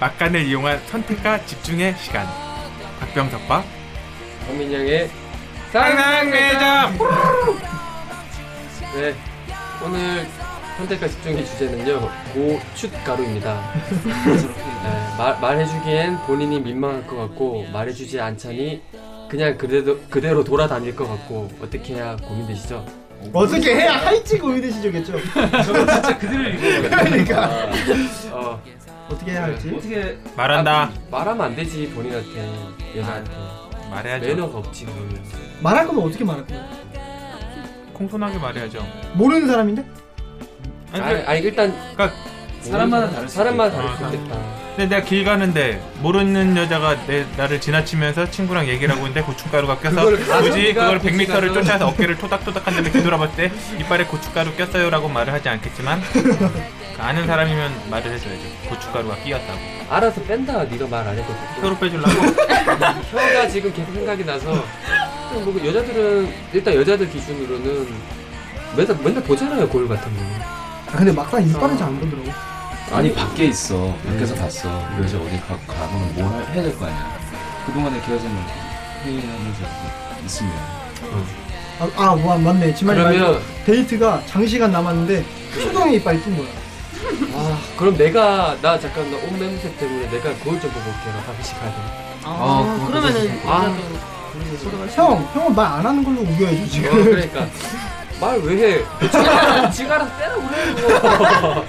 S4: 막간을 이용한 선택과 집중의 시간. 박병석과
S5: 박민영의
S4: 상상매점!
S5: 네 오늘 선택과 집중의 주제는요 고춧가루입니다. 네, 말, 말해주기엔 본인이 민망할 것 같고 말해주지 않자니 그냥 그대로, 그대로 돌아다닐 것 같고 어떻게 해야 고민되시죠?
S2: 어떻게 해야 할지 고민되시죠겠죠.
S1: 저거 진짜 그대로 읽어
S2: 그러니까.
S5: 어,
S2: 어떻게 해야 할지.
S1: 어떻게
S4: 말한다.
S5: 말하면 안 되지 본인한테 여자한테
S4: 말해야죠.
S5: 매너가 없지 그러면
S2: 말할 거면 어떻게 말할 거야?
S4: 공손하게 말해야죠.
S2: 모르는 사람인데?
S4: 아니,
S5: 아니, 아니 일단
S4: 그러니까
S1: 사람마다 다를 수
S5: 사람마다
S4: 있겠다.
S5: 다를 수 있겠다
S4: 근데 내가 길 가는데 모르는 여자가 내 나를 지나치면서 친구랑 얘기를 하고 있는데 고춧가루가 껴서
S5: 그걸 가서
S4: 굳이
S5: 네가
S4: 그걸 100m를
S5: 고춧가루-
S4: 쫓아서 어깨를 토닥토닥한 다음에 뒤돌아봤을 때 이빨에 고춧가루 꼈어요라고 말을 하지 않겠지만 그 아는 사람이면 말을 해줘야죠. 고춧가루가 끼었다고.
S5: 알아서 뺀다 네가 말 안 해도
S4: 혀로 빼주려고?
S5: 혀가 지금 계속 생각이 나서 그냥 뭐 여자들은 일단 여자들 기준으로는 맨날 맨날 보잖아요 거울 같은 거
S2: 아, 근데 막상 이빨은 잘 안 보더라고.
S1: 아니 밖에 있어 밖에서 봤어 그 여자 어디 가, 가면 뭐 할- 해야 될 거 아니야 그동안에 계속 막 회의하는 적 있으면
S2: 아, 아 와, 맞네. 지만이
S5: 그러면
S2: 데이트가 장시간 남았는데 수동의 이빨이 낀 거야.
S5: 아 그럼 내가 나 잠깐 나 옷 냄새 때문에 내가 거울 좀 보고 올게 나 다시 가야 돼
S1: 어.
S6: 아, 네.
S3: 그거
S6: 그러면은
S3: 그거
S5: 아.
S6: 그래도
S2: 형, 형은 말 안 하는 걸로 우겨야죠 지금.
S5: 어, 그러니까 말 왜 해? 지가, 지가 알아서 빼라고 그래 그거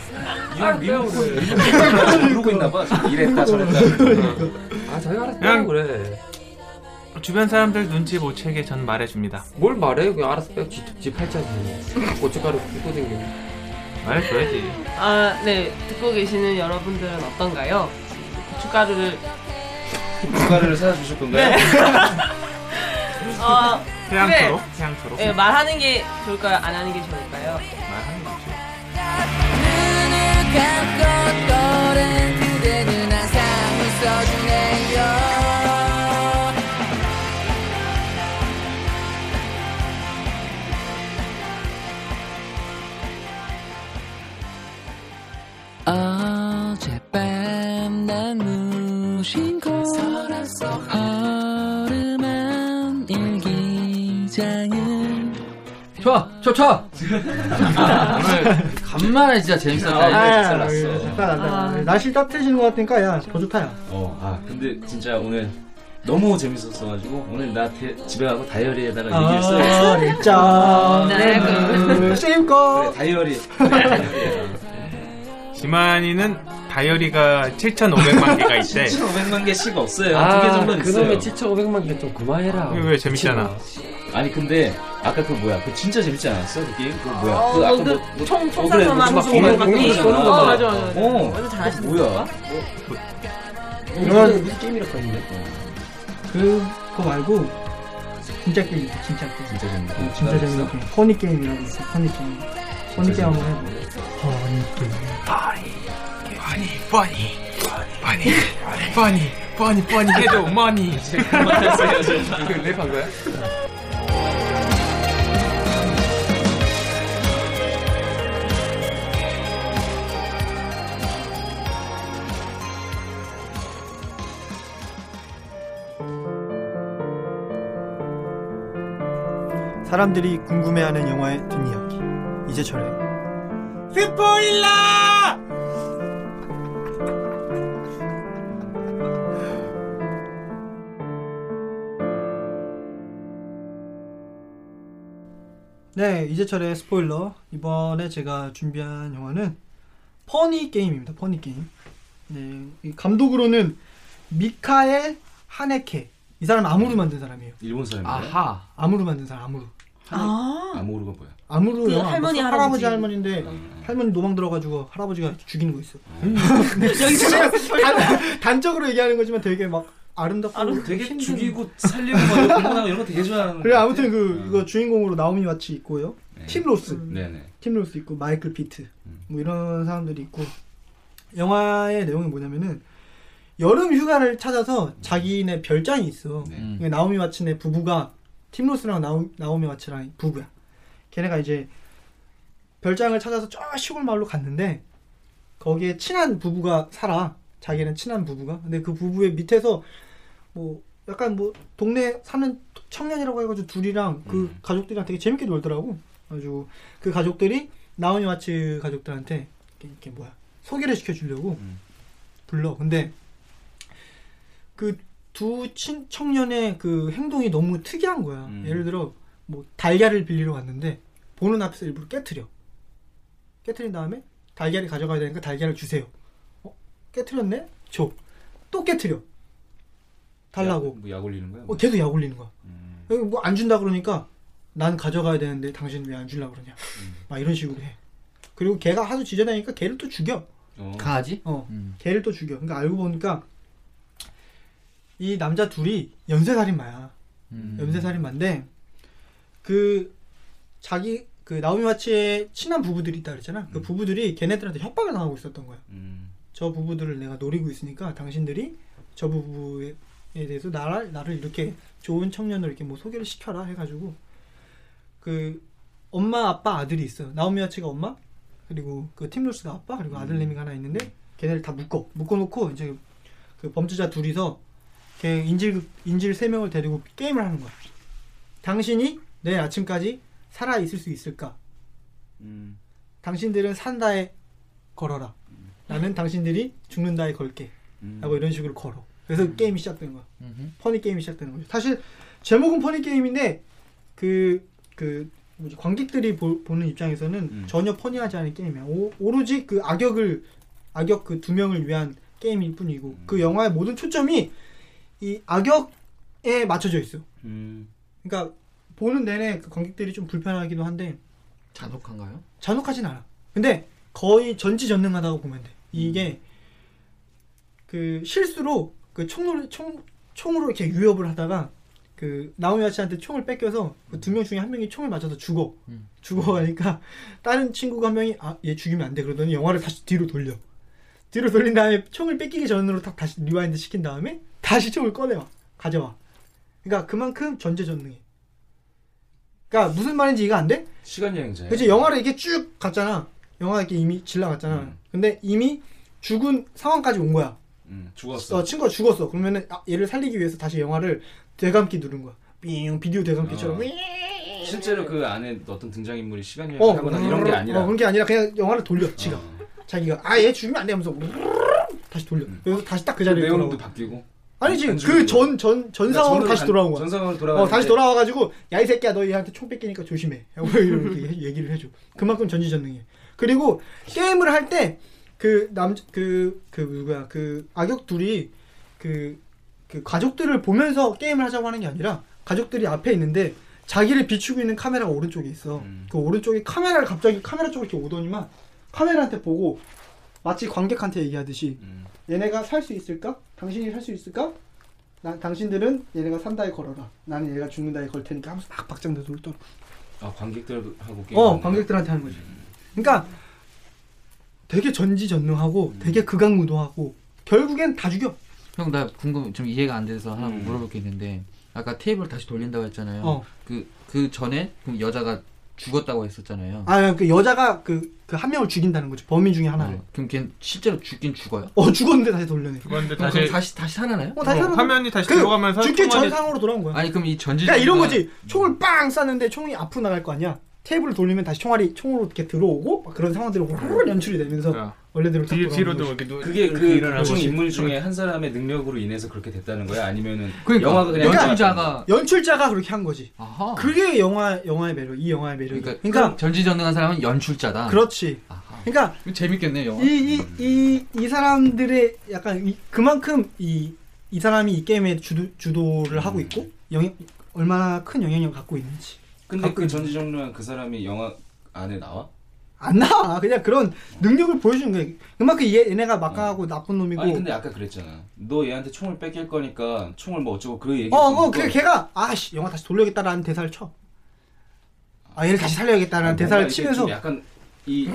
S1: 이런
S5: 알아서
S1: 미국
S5: 빼라고 그래
S1: 모르고 그러니까. 있나 봐 지금 이랬다
S5: 그러니까.
S1: 저랬다
S5: 아 자기가 알아서 빼라고 그래
S4: 주변 사람들 눈치 못 채게 전 말해줍니다.
S5: 뭘 말해? 그냥 알아서 빼. 지, 지 팔자지. 고춧가루 끼고 댕겨.
S4: 말해줘야지.
S6: 아, 네. 듣고 계시는 여러분들은 어떤가요? 그 고춧가루를
S1: 국가를 사주실 건가요?
S5: 네.
S6: 어,
S4: 태양초로? 태양초로?
S6: 예, 말하는 게 좋을까요? 안 하는 게 좋을까요?
S4: 말하는 거지.
S8: 눈을 감고 떠오른 그대는 항상 웃어주네요
S9: 아,
S8: 어젯밤 난 무심코 서랍 속 허름한 일기장을
S3: 쳐! 쳐! 쳐! 오늘 간만에 진짜 재밌었다. 이거.
S2: 아,
S1: 났어.
S2: 나, 나,
S6: 아.
S2: 나. 날씨 따뜻해지는 것 같으니까 야, 더 좋다 야.
S1: 어, 아, 근데 진짜 오늘 너무 재밌었어가지고 오늘 나 대- 집에 가고 아, 다이어리에다가
S5: 아.
S1: 얘기를 써야겠어.
S2: 아, 짠.
S6: 네, 그.
S2: 세임 거.
S1: 그래, 다이어리. 그래, 다이어리야.
S4: 지만이는 다이어리가 7,500만 개가 있대.
S1: 7,500만 개씩 없어요.
S5: 네. 아,
S1: 두 개 정도는
S5: 그놈의
S1: 있어요.
S5: 7,500만 개 좀 그만해라.
S4: 이거 왜 재밌잖아.
S5: 미친놈아.
S1: 아니, 근데 아까 그 뭐야? 그 진짜 재밌지 않았어? 그 게임? 그 뭐야?
S6: 어,
S1: 그 아까
S6: 그
S1: 뭐, 뭐
S6: 총, 총
S1: 어, 그래,
S6: 쏴서 막
S1: 막
S6: 쏘는 거
S1: 공을
S6: 같니?
S1: 쏘는 거
S6: 어,
S1: 봐.
S6: 맞아, 맞아.
S1: 어,
S6: 맞아,
S1: 그거
S6: 잘하시는
S1: 뭐야? 네.
S5: 이거는 무슨 게임이라고 했는데?
S1: 어,
S2: 그, 그거 말고 진짜 게임, 진짜 게임.
S1: 진짜 재밌다.
S2: 진짜 재밌는 게임. 허니 게임이라고 있어. 허니 게임. 허니 게임 한번 해봐. 허니 게임.
S4: 뻔히 뻔히 뻔히 해줘 머니
S5: 그 랩한 거야?
S2: 사람들이 궁금해하는 영화의 뒷이야기 이제철의
S8: 스포일러!
S2: 네 이제철의 스포일러 이번에 제가 준비한 영화는 퍼니 게임입니다 퍼니 게임 네, 이 감독으로는 미카엘 하네케 이 사람 아무로 만든 사람이에요
S1: 일본 사람인가요?
S2: 아하 아무로 만든 사람 아무로
S6: 아.
S1: 아모르가 뭐야?
S2: 아무로
S6: 그
S2: 영화 안
S6: 할머니,
S2: 봤어?
S6: 할아버지. 어.
S2: 할아버지 할머니인데 할머니 노망 들어가지고 할아버지가 이렇게 죽이는 거 있어.
S6: 여기
S2: 진짜 단, 단적으로 얘기하는 거지만 되게 막 아름답고
S1: 뭐 되게
S2: 어, 힘든-
S1: 죽이고 살리고 막 공부하고 이런 거 되게 좋아하는
S2: 그래 아무튼 그 이거 주인공으로 나오미 와치 있고요.
S1: 네.
S2: 팀 로스.
S1: 네네
S2: 팀 로스 있고 마이클 피트 뭐 이런 사람들이 있고 영화의 내용이 뭐냐면은 여름 휴가를 찾아서 자기네 별장이 있어
S1: 음.
S2: 이게 나오미 와츠네 부부가 팀 로스랑 나오, 나오미 와츠랑 부부야 걔네가 이제 별장을 찾아서 저 시골 마을로 갔는데 거기에 친한 부부가 살아 자기는 친한 부부가 근데 그 부부의 밑에서 뭐 약간 뭐 동네 사는 청년이라고 해가지고 둘이랑 그 가족들이랑 되게 재밌게 놀더라고 아주 그 가족들이 나오니 와츠 가족들한테 이렇게, 이렇게 뭐야 소개를 시켜주려고 불러 근데 그 두 친 청년의 그 행동이 너무 특이한 거야 예를 들어 뭐 달걀을 빌리러 왔는데 보는 앞에서 일부러 깨트려 깨트린 다음에 달걀이 가져가야 되니까 달걀을 주세요 어? 깨트렸네 줘또 깨트려 달라고
S1: 뭐약 올리는 거야? 음.
S2: 어, 걔도 약 올리는 거야. 뭐 안 준다 그러니까 난 가져가야 되는데 당신 왜 안 주려고 그러냐. 막 이런 식으로 해. 그리고 걔가 하도 지저대니까 걔를 또 죽여.
S3: 가지?
S2: 어. 걔를 또 죽여. 그러니까 알고 보니까 이 남자 둘이 연쇄살인마야. 음.
S1: 음.
S2: 연쇄살인마인데 그 자기 그 나오미 와치의 친한 부부들이 있다 그랬잖아. 그 부부들이 걔네들한테 협박을 당하고 있었던 거야.
S1: 음.
S2: 저 부부들을 내가 노리고 있으니까 당신들이 저 부부에 대해서 나를 나를 이렇게 좋은 청년으로 이렇게 뭐 소개를 시켜라 해가지고 그 엄마 아빠 아들이 있어. 나오미 와치가 엄마 그리고 그 팀로스가 아빠 그리고 아들내미가 하나 있는데 걔네를 다 묶어 묶어놓고 이제 그 범죄자 둘이서 걔 인질 인질 세 명을 데리고 게임을 하는 거야. 당신이 내일 아침까지 살아 있을 수 있을까? 당신들은 산다에 걸어라. 나는 당신들이 죽는다에 걸게. 라고 이런 식으로 걸어. 그래서 게임이 시작되는 거야. 퍼니 게임이 시작되는 거죠. 사실 제목은 퍼니 게임인데 그, 그 뭐지, 관객들이 보, 는 입장에서는 전혀 퍼니하지 않은 게임이야. 오, 오로지 그 악역을 악역 그 두 명을 위한 게임일 뿐이고 그 영화의 모든 초점이 이 악역에 맞춰져 있어. 그러니까 보는 내내 그 관객들이 좀 불편하기도 한데
S3: 잔혹한가요?
S2: 잔혹하진 않아. 근데 거의 전지전능하다고 보면 돼. 이게 그 실수로 그 총으로 총 총으로 이렇게 위협을 하다가 그 나오미 아치한테 총을 뺏겨서 그 두 명 중에 한 명이 총을 맞아서 죽어. 죽어가니까 다른 친구가 한 명이 아 얘 죽이면 안 돼 그러더니 영화를 다시 뒤로 돌려. 뒤로 돌린 다음에 총을 뺏기기 전으로 딱 다시 리와인드 시킨 다음에 다시 총을 꺼내와 가져와. 그러니까 그만큼 전제전능해. 그러니까 무슨 말인지 이해가 안 돼?
S1: 시간 여행자.
S2: 그치 영화를 이게 쭉 갔잖아. 영화가 이렇게 이미 질러갔잖아.
S1: 음.
S2: 근데 이미 죽은 상황까지 온 거야.
S1: 응, 음, 죽었어.
S2: 어, 친구가 죽었어. 그러면은 아, 얘를 살리기 위해서 다시 영화를 되감기 누른 거야. 삥 비디오 되감기처럼.
S1: 어.
S2: 윙.
S1: 실제로 그 안에 어떤 등장 인물이 시간
S2: 어,
S1: 여행하거나 이런 게 아니라. 어.
S2: 어, 그런 게 아니라 그냥 영화를 돌려. 지가 자기가 아 얘 죽이면 안 돼 하면서 다시 돌려. 그래서 다시 딱 그 자리에
S1: 음. 내용도
S2: 돌아와.
S1: 바뀌고.
S2: 아니지
S1: 안
S2: 그
S1: 죽이고.
S2: 전 전 전
S1: 그러니까
S2: 상황으로
S1: 전으로
S2: 다시
S1: 간-
S2: 돌아온 거야.
S1: 전 상황으로
S2: 어,
S1: 돌아가는데.
S2: 다시 돌아와가지고 야 이 새끼야 너 얘한테 총 뺏기니까 조심해. 하고 이렇게 얘- 얘기를 해줘. 그만큼 전지전능해. 그리고 게임을 할 때 그 남 그 그 누구야 그 악역 둘이 그, 그 가족들을 보면서 게임을 하자고 하는 게 아니라 가족들이 앞에 있는데 자기를 비추고 있는 카메라가 오른쪽에 있어.
S1: 음.
S2: 그 오른쪽에 카메라를 갑자기 카메라 쪽으로 이렇게 오더니만 카메라한테 보고 마치 관객한테 얘기하듯이
S1: 음.
S2: 얘네가 살 수 있을까? 당신이 살 수 있을까? 난 당신들은 얘네가 산다에 걸어라. 나는 얘가 죽는다에 걸 테니까 하면서 막 박장대소를 떨어.
S1: 아 관객들하고 게임.
S2: 어, 관객들한테 하는 거지. 그러니까 되게 전지전능하고 되게 극악무도하고 결국엔 다 죽여.
S3: 형 나 궁금 좀 이해가 안 돼서 하나 물어볼 게 있는데 아까 테이블 다시 돌린다고 했잖아요.
S2: 어.
S3: 그 그 전에 그럼 여자가 죽었다고 했었잖아요.
S2: 아, 그 여자가 그, 그 한 명을 죽인다는 거죠. 범인 중에 하나를.
S3: 어, 그럼 걔 실제로 죽긴 죽어요.
S2: 어, 죽었는데 다시 돌려내.
S4: 그런데
S3: 그럼 다시
S4: 다시
S3: 다시, 다시 살아나요?
S2: 어, 다시
S4: 어,
S2: 하는 거.
S4: 화면이 다시
S2: 그
S4: 들어가면서
S2: 죽기 전
S4: 총알이-
S2: 상황으로 돌아온 거야.
S3: 아니 그럼 이 전지
S2: 그러니까 이런 거지. 총을 빵 쐈는데 총이 앞으로 나갈 거 아니야. 테이블을 돌리면 다시 총알이 총으로 이렇게 들어오고 막 그런 상황들이 호로 연출이 되면서
S4: 어,
S2: 원래대로 딱
S4: 뒤,
S2: 돌아오는
S4: 뒤로도
S2: 거지.
S4: 이렇게 누,
S1: 그게
S4: 이렇게
S1: 그
S4: 일어나고
S1: 중 인물 중에 한 사람의 능력으로 인해서 그렇게 됐다는 거야? 아니면은
S3: 그러니까,
S1: 영화가 그냥
S3: 연출자가
S2: 연출자가 그렇게 한 거지.
S4: 어.
S3: 아하.
S2: 그게 영화 영화의 매력, 이 영화의 매력이.
S3: 그러니까,
S2: 그러니까,
S3: 전지전능한 사람은 연출자다.
S2: 그렇지.
S3: 아하.
S2: 그러니까
S3: 이거 재밌겠네요. 영화.
S2: 이 이 이 이 사람들의 약간 이, 그만큼 이 이 사람이 이 게임의 주도 주도를 하고 있고 영향 얼마나 큰 영향력을 갖고 있는지
S1: 근데 그 전지전능한 그 사람이 영화 안에 나와?
S2: 안 나와 그냥 그런 능력을 보여주는 거야. 그만큼 얘, 얘네가 막강하고 나쁜 놈이고
S1: 아니 근데 아까 그랬잖아. 너 얘한테 총을 뺏길 거니까 총을 뭐 어쩌고 그 얘기.
S2: 어, 어,
S1: 듣고
S2: 그 걔가 아씨 영화 다시 돌려야겠다라는 대사를 쳐. 아 얘를 다시 살려야겠다라는
S1: 뭔가
S2: 대사를
S1: 이게 좀
S2: 치면서
S1: 약간 이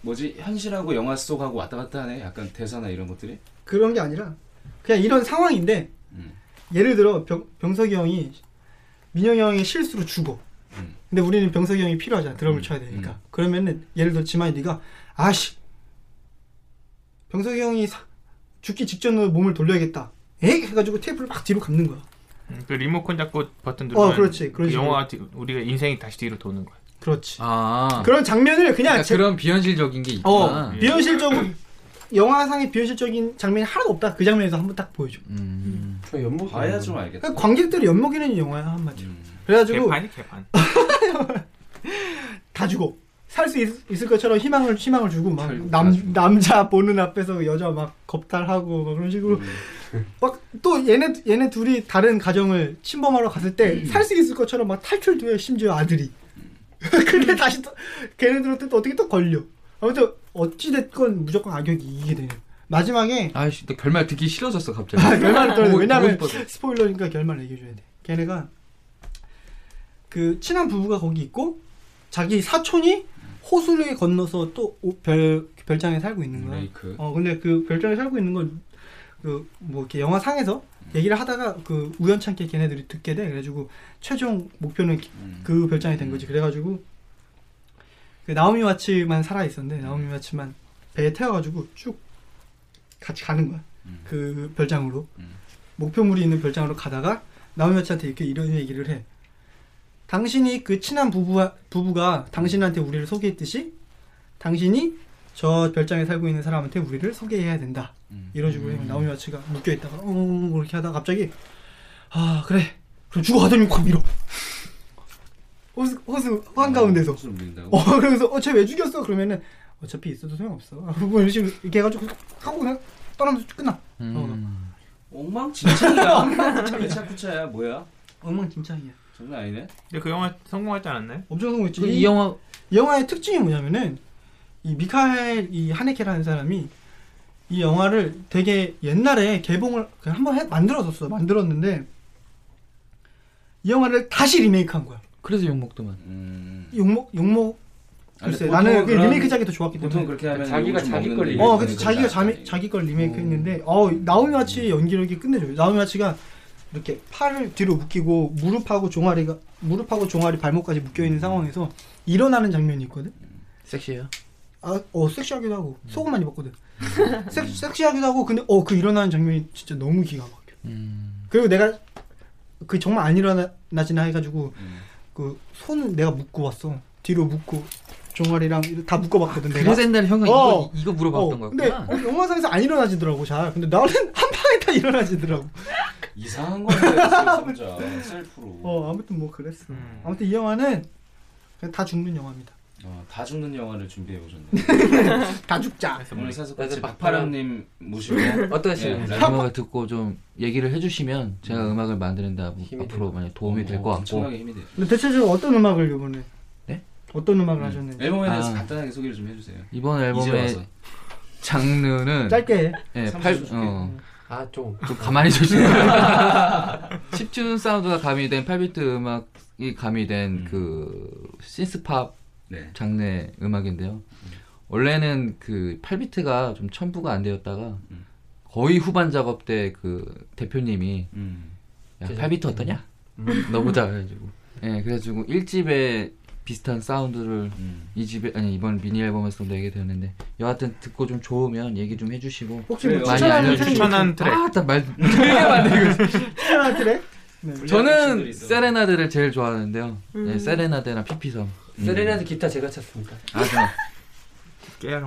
S1: 뭐지 현실하고 영화 속하고 왔다 갔다 하네. 약간 대사나 이런 것들이.
S2: 그런 게 아니라 그냥 이런 상황인데
S1: 음.
S2: 예를 들어 병, 병석이 형이 민영이 형이 실수로 죽어.
S1: 음.
S2: 근데 우리는 병석이 형이 필요하잖아. 드럼을
S1: 음,
S2: 쳐야 되니까. 그러면은 예를 들어 지만이 네가 아씨 병석이 형이 사- 죽기 직전으로 몸을 돌려야겠다. 에이 해가지고 테이프를 막 뒤로 감는 거야.
S4: 음, 그 리모컨 잡고 버튼 누르면
S2: 어, 그렇지,
S4: 그
S2: 그렇지.
S4: 영화가 뒤- 우리가 인생이 다시 뒤로 도는 거야.
S2: 그렇지.
S3: 아.
S2: 그런 장면을 그냥
S3: 그러니까
S2: 제-
S3: 그런 비현실적인 게 있구나. 예.
S2: 어 비현실적인 영화상의 비현실적인 장면이 하나도 없다. 그 장면에서 한번 딱 보여줘.
S3: 음.
S5: 저 연목
S1: 봐야 좀 알겠다.
S2: 어, 그러니까 관객들이 엿먹이는 영화야 한마디로.
S3: 음.
S2: 그래가지고
S4: 개판이 개판.
S2: 다 주고 살 수 있을 것처럼 희망을 희망을 주고 막
S1: 결국
S2: 남
S1: 다 주고.
S2: 남자 보는 앞에서 여자 막 겁탈하고 막 그런
S1: 음,
S2: 식으로 막 또 얘네 얘네 둘이 다른 가정을 침범하러 갔을 때
S3: 음.
S2: 살 수 있을 것처럼 막 탈출돼 심지어 아들이 근데 다시 또 걔네들한테 또 어떻게 또 걸려 아무튼 어찌 됐건 무조건 악역이 이기게 되는 마지막에
S3: 아이씨, 나 결말 듣기 싫어졌어 갑자기.
S2: 아, 결말을 떠야 돼.
S3: 보고-
S2: 왜냐면
S3: 보고 싶어서.
S2: 스포일러니까 결말을 얘기해줘야 돼. 걔네가 그 친한 부부가 거기 있고 자기 사촌이 호수를 건너서 또 별 별장에 살고
S1: 음,
S2: 있는 거야.
S1: 레이크.
S2: 어 근데 그 별장에 살고 있는 건 그 뭐 이렇게 영화상에서 얘기를 하다가 그 우연찮게 걔네들이 듣게 돼. 그래가지고 최종 목표는 기-
S1: 음,
S2: 그 별장이 된 거지. 그래가지고 그 나오미 와치만 살아 있었는데 나오미 와치만 배에 태워가지고 쭉 같이 가는 거야. 그 별장으로
S1: 음.
S2: 목표물이 있는 별장으로 가다가 나오미 와치한테 이렇게 이런 얘기를 해. 당신이 그 친한 부부 부부가 당신한테 우리를 소개했듯이 당신이 저 별장에 살고 있는 사람한테 우리를 소개해야 된다.
S1: 음.
S2: 이런 식으로 해서 나오미 와치가 묶여 있다가 음 그렇게 하다가 갑자기 아 그래 그럼 죽어 하더니 확 밀어. 호수 호수 한가운데서
S1: 술 물린다고.
S2: 어 그러면서 어쟤 왜 죽였어 그러면은 어차피 있어도 소용없어 뭐 이런 식으로 이렇게 해가지고 하고 그냥 떠나면서 끝나 어,
S3: 음.
S1: 엉망진창이야. 배차쿠차야 뭐야?
S2: 엉망진창이야
S1: 장난 아니네.
S4: 근데 그 영화 성공하지 않았나요?
S2: 엄청 성공했지
S3: 이
S2: 이,
S3: 영화
S2: 이 영화의 특징이 뭐냐면은 이 미카엘 이 하네케라는 사람이 이 영화를 되게 옛날에 개봉을 그냥 한번 해- 만들었었어 만들었는데 이 영화를 다시 리메이크한 거야
S3: 그래서 욕먹더만.
S1: 음.
S2: 욕먹 욕먹
S1: 아니,
S2: 글쎄
S1: 보통
S2: 나는 그
S1: 그런-
S2: 리메이크 작이 더 좋았기 때문에
S1: 보통 그렇게 하면
S5: 자기가
S1: 욕을 좀
S5: 자기
S1: 먹는데
S5: 걸
S2: 어,
S1: 이거는
S2: 그치.
S1: 그건
S2: 자기가
S1: 다
S2: 자기,
S1: 아니지. 음.
S2: 자기 걸 리메이크 했는데, 어, 나오미 와치의 연기력이 끝내줘요. 나오미 와치가 이렇게 팔을 뒤로 묶이고, 무릎하고 종아리가, 무릎하고 종아리 발목까지
S1: 음.
S2: 묶여있는 상황에서 일어나는 장면이 있거든?
S3: 섹시해요.
S2: 아, 어, 섹시하기도 하고,
S1: 음.
S2: 속옷만 입었거든. 섹, 섹시하기도 하고, 근데, 어, 그 일어나는 장면이 진짜 너무 기가 막혀.
S3: 음.
S2: 그리고 내가, 그 정말 안 일어나지나 해가지고,
S1: 음.
S2: 그, 손 내가 묶고 왔어. 뒤로 묶고, 종아리랑 다 묶어봤거든, 내가.
S3: 그래서 옛날에 형은
S2: 어.
S3: 이거, 이거 물어봤던 거였구나.
S2: 근데 어, 영화상에서 안 일어나지더라고 잘. 근데 나는 한 방에 다 일어나지더라고.
S1: 이상한 건데 진짜 혼자 셀프로.
S2: 어 아무튼 뭐 그랬어.
S4: 음.
S2: 아무튼 이 영화는 그냥 다 죽는 영화입니다.
S1: 어, 다 죽는 영화를 준비해 오셨네.
S2: 다 죽자.
S4: 그래서 뭐
S1: 오늘 사석같이
S5: 나도
S1: 박파람님 모시고
S5: 어떠셨습니까?
S1: 예,
S3: 음악을 듣고 좀 얘기를 해주시면 제가 음악을 만드는데 앞-
S5: 힘이
S3: 앞으로 많이
S1: 어,
S3: 도움이 될 것 같고
S1: 엄청나게 힘이 돼요.
S2: 근데 대체적으로 어떤 음악을 이번에?
S3: 네?
S2: 어떤 음악을 하셨는지
S1: 앨범에 대해서
S3: 아.
S1: 간단하게 소개를 좀 해주세요.
S3: 이번
S1: 이제
S3: 앨범의
S1: 와서.
S3: 장르는
S2: 짧게 해.
S3: 예,
S1: 삼십
S3: 팔,
S1: 줄게.
S3: 어,
S5: 아, 좀.
S3: 좀 가만히 주세요. 10준 사운드가 가미된 8비트 음악이 가미된
S1: 음.
S3: 그 신스팝
S1: 네.
S3: 장르의 음악인데요. 원래는 그 8비트가 좀 첨부가 안 되었다가
S1: 음.
S3: 거의 후반 작업 때 그 대표님이
S1: 음.
S3: 야, 8비트 어떠냐? 너무 잘해가지고. 예, 그래가지고 1집에
S9: 비슷한 사운드를
S1: 음.
S9: 이 집에 아니 이번 미니 앨범에서 내게 되는데 여하튼 듣고 좀 좋으면 얘기 좀 해주시고
S2: 혹시 뭐 추천하는
S9: 알려주시고.
S2: 트랙이 추천하는 트랙?
S9: 아, 나말 되게 만들고
S2: 추천하는 트랙? 네.
S9: 저는 세레나데를 제일 좋아하는데요.
S2: 음.
S9: 네, 세레나데나 피피섬.
S3: 음.
S1: 음.
S5: 세레나데 기타 제가 쳤습니다.
S9: 아, 좋아.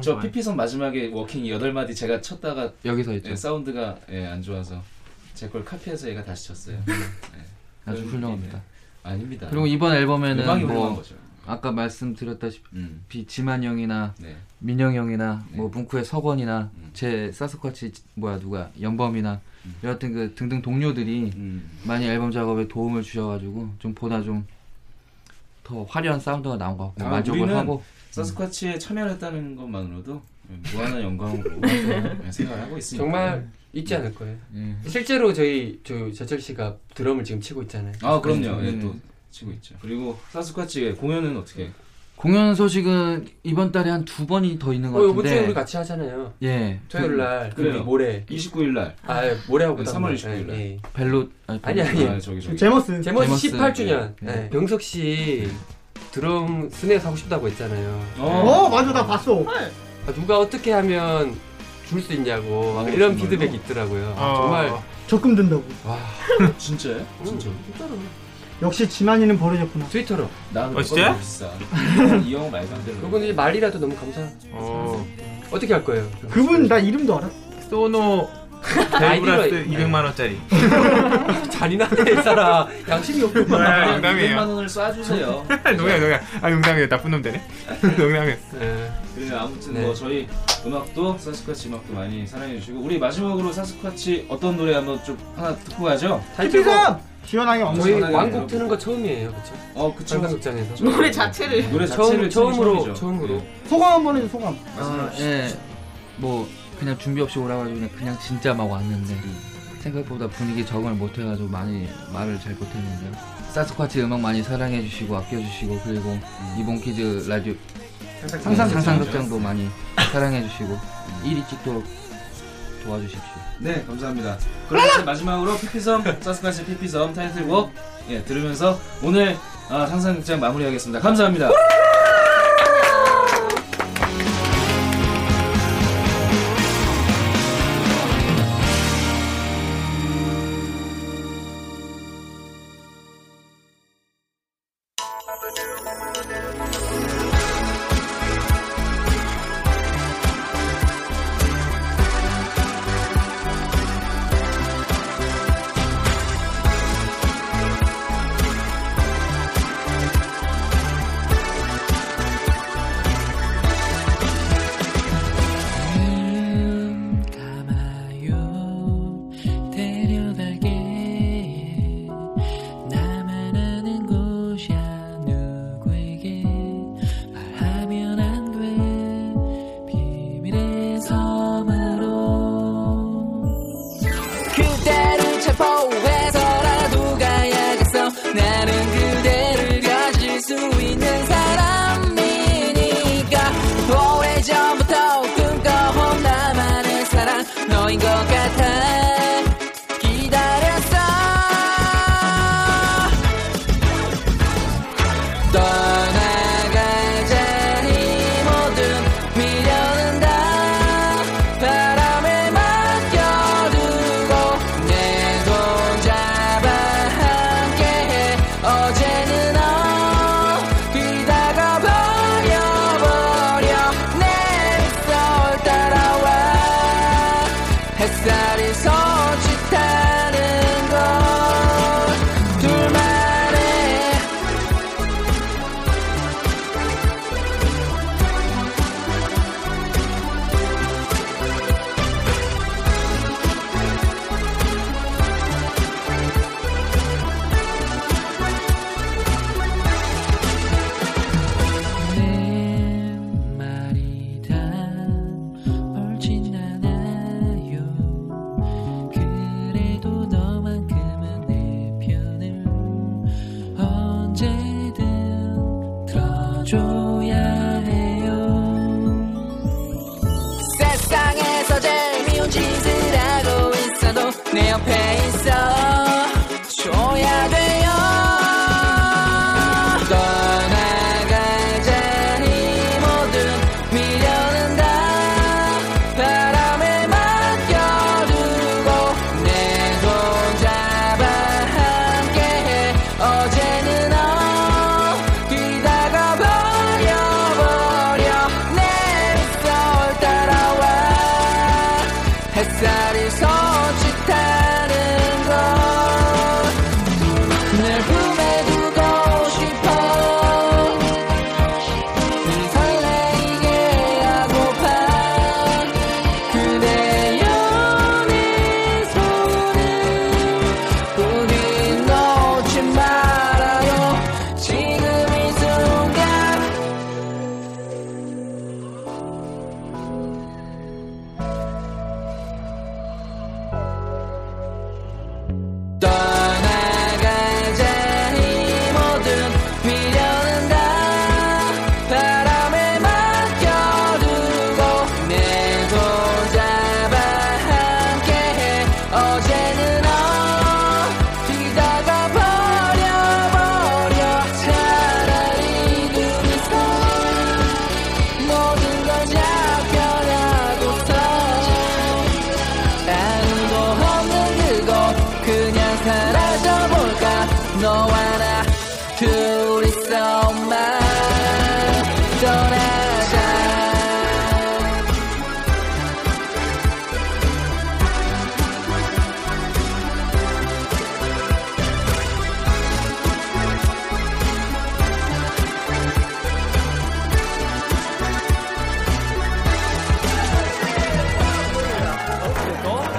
S1: 저 PP선 마지막에 워킹 여덟 마디 제가 쳤다가
S9: 여기서 했죠.
S1: 예, 사운드가 예, 안 좋아서 제 걸 카피해서 얘가 다시 쳤어요. 예.
S9: 음. 아주
S1: 그런
S9: 훌륭합니다.
S1: 느낌이에요. 아닙니다.
S9: 그리고 이번
S1: 음악이
S9: 앨범에는
S1: 훌륭한
S9: 뭐
S1: 거죠. 음.
S9: 아까 말씀드렸다시피 지만 형이나
S1: 네. 음.
S9: 민영 형이나 뭐 문쿠의 석원이나 제 사스쿼치 뭐야 누가 연범이나 여하튼 그 등등 동료들이
S1: 음.
S9: 많이 앨범 작업에 도움을 주셔가지고 좀 보다 좀 더 화려한 사운드가 나온
S3: 어,
S9: 것
S3: 뭐
S9: 같고
S1: 아,
S9: 뭐 만족을
S1: 우리는
S9: 하고
S1: 서스쿼치에 참여를 했다는 것만으로도 예, 무한한 영광으로 예, 생각을 하고 있습니다.
S5: 정말 잊지 않을 거예요.
S3: 음.
S9: 예.
S5: 실제로 저희 저 제철 씨가 드럼을 지금 치고 있잖아요.
S1: 아 그럼요.
S5: 네.
S1: 예, 또 치고 있죠. 그리고 사스쿼치 공연은 어떻게?
S9: 공연 소식은 이번 달에 한 두 번이 더 있는 것
S5: 어,
S9: 같은데
S5: 이번 주에 우리 같이 하잖아요.
S9: 예
S5: 토요일 날,
S9: 그래요.
S5: 그리고 모레.
S1: 29일 날.
S5: 아, 예,
S1: 네,
S5: 모레하고 다음
S1: 3월
S5: 날.
S1: 29일 날.
S5: 예, 예.
S9: 벨로 아니,
S5: 아니
S9: 벨로-
S5: 아니.
S1: 아, 저기, 저기.
S2: 제머스.
S9: 제머스.
S5: 제머스 18주년.
S9: 예.
S5: 예. 명석 씨 드럼 스냅 하고 싶다고 했잖아요.
S2: 어 맞아 나 봤어.
S5: 아, 누가 어떻게 하면 줄 수
S9: 아,
S5: 있냐고 막
S9: 그렇죠.
S5: 이런
S9: 뭐
S1: 정말요?
S5: 피드백이 있더라고요.
S4: 아.
S5: 정말
S2: 적금 든다고.
S1: 아, 진짜요? 진짜.
S5: 진짜로
S2: 역시 지만이는 버려졌구나.
S5: 음, 트위터로.
S1: 나는
S4: 어, 진짜요?
S1: 너무 비싸. 이형 말도 안 되는.
S5: 그분이 말이라도 너무 감사.
S4: 어,
S5: 어떻게 할 거예요?
S2: 그분 나 이름도 알아.
S4: 소노 벨브라스 200만 원짜리.
S5: 잔인하네 이 사람. 양심이 없구만.
S4: 아, 농담이에요.
S1: 200만 원을 쏴주세요.
S4: 농담 농담. 아 농담이에요. 나쁜 놈 되네. 농담이에요.
S5: 예.
S1: 그래 아무튼
S5: 네.
S1: 뭐 저희 음악도 사스쿼치 음악도 많이 사랑해 주시고 우리 마지막으로 사스쿼치 어떤 노래 한번 좀 하나 듣고 가죠.
S9: 그
S2: 피피섬 시원하게 엉망.
S5: 뭐 저희
S1: 전화기네요.
S5: 왕곡 트는 거 처음이에요, 그렇죠?
S1: 어 그쵸.
S5: 빨간극장에서.
S6: 노래 자체를
S1: 노래
S5: 처음
S1: 자체를
S5: 처음으로
S1: 처음이죠. 네.
S5: 처음으로.
S2: 소감 한 번 해줘 소감.
S9: 아, 예. 뭐 그냥 준비 없이 오라가지고 그냥, 그냥 진짜 막 왔는데 생각보다 분위기 적응을 못해가지고 많이 말을 잘 못했는데요. 사스쿼치 음악 많이 사랑해주시고 아껴주시고 그리고 이번 퀴즈 라디오 상상 상상극장도 많이 사랑해주시고 일이 찍도록 도와주십시오.
S1: 네 감사합니다. 그럼 이제 마지막으로 피피섬 사스쿼치 피피섬 타이틀곡 예 들으면서 오늘 아, 상상극장 마무리하겠습니다. 감사합니다.
S8: 눈 감아요 데려갈게 나만 아는 곳이야 누구에게 말하면 안돼 비밀의 섬으로 그대를 체포해서라도 가야겠어 나는 그대를 가질 수 있는 사람이니까 오래전부터 꿈꿔온 나만의 사랑 너인 것 같아 기다렸어 떠나가자 이 모든 미련은 다 바람에 맡겨두고 내 손 잡아 함께해 어제는 어디 다가버려버려 내 sol 따라와 햇살이 서짓하는 것 둘만의 내 말이 다 옳진 않아요 그래도 너만큼은 내 편을 언제든 들어줘야 해요 세상에서 제일 미운 짓을 하고 있어도 내 옆에 있어 줘야 돼요 떠나가 어,
S10: 또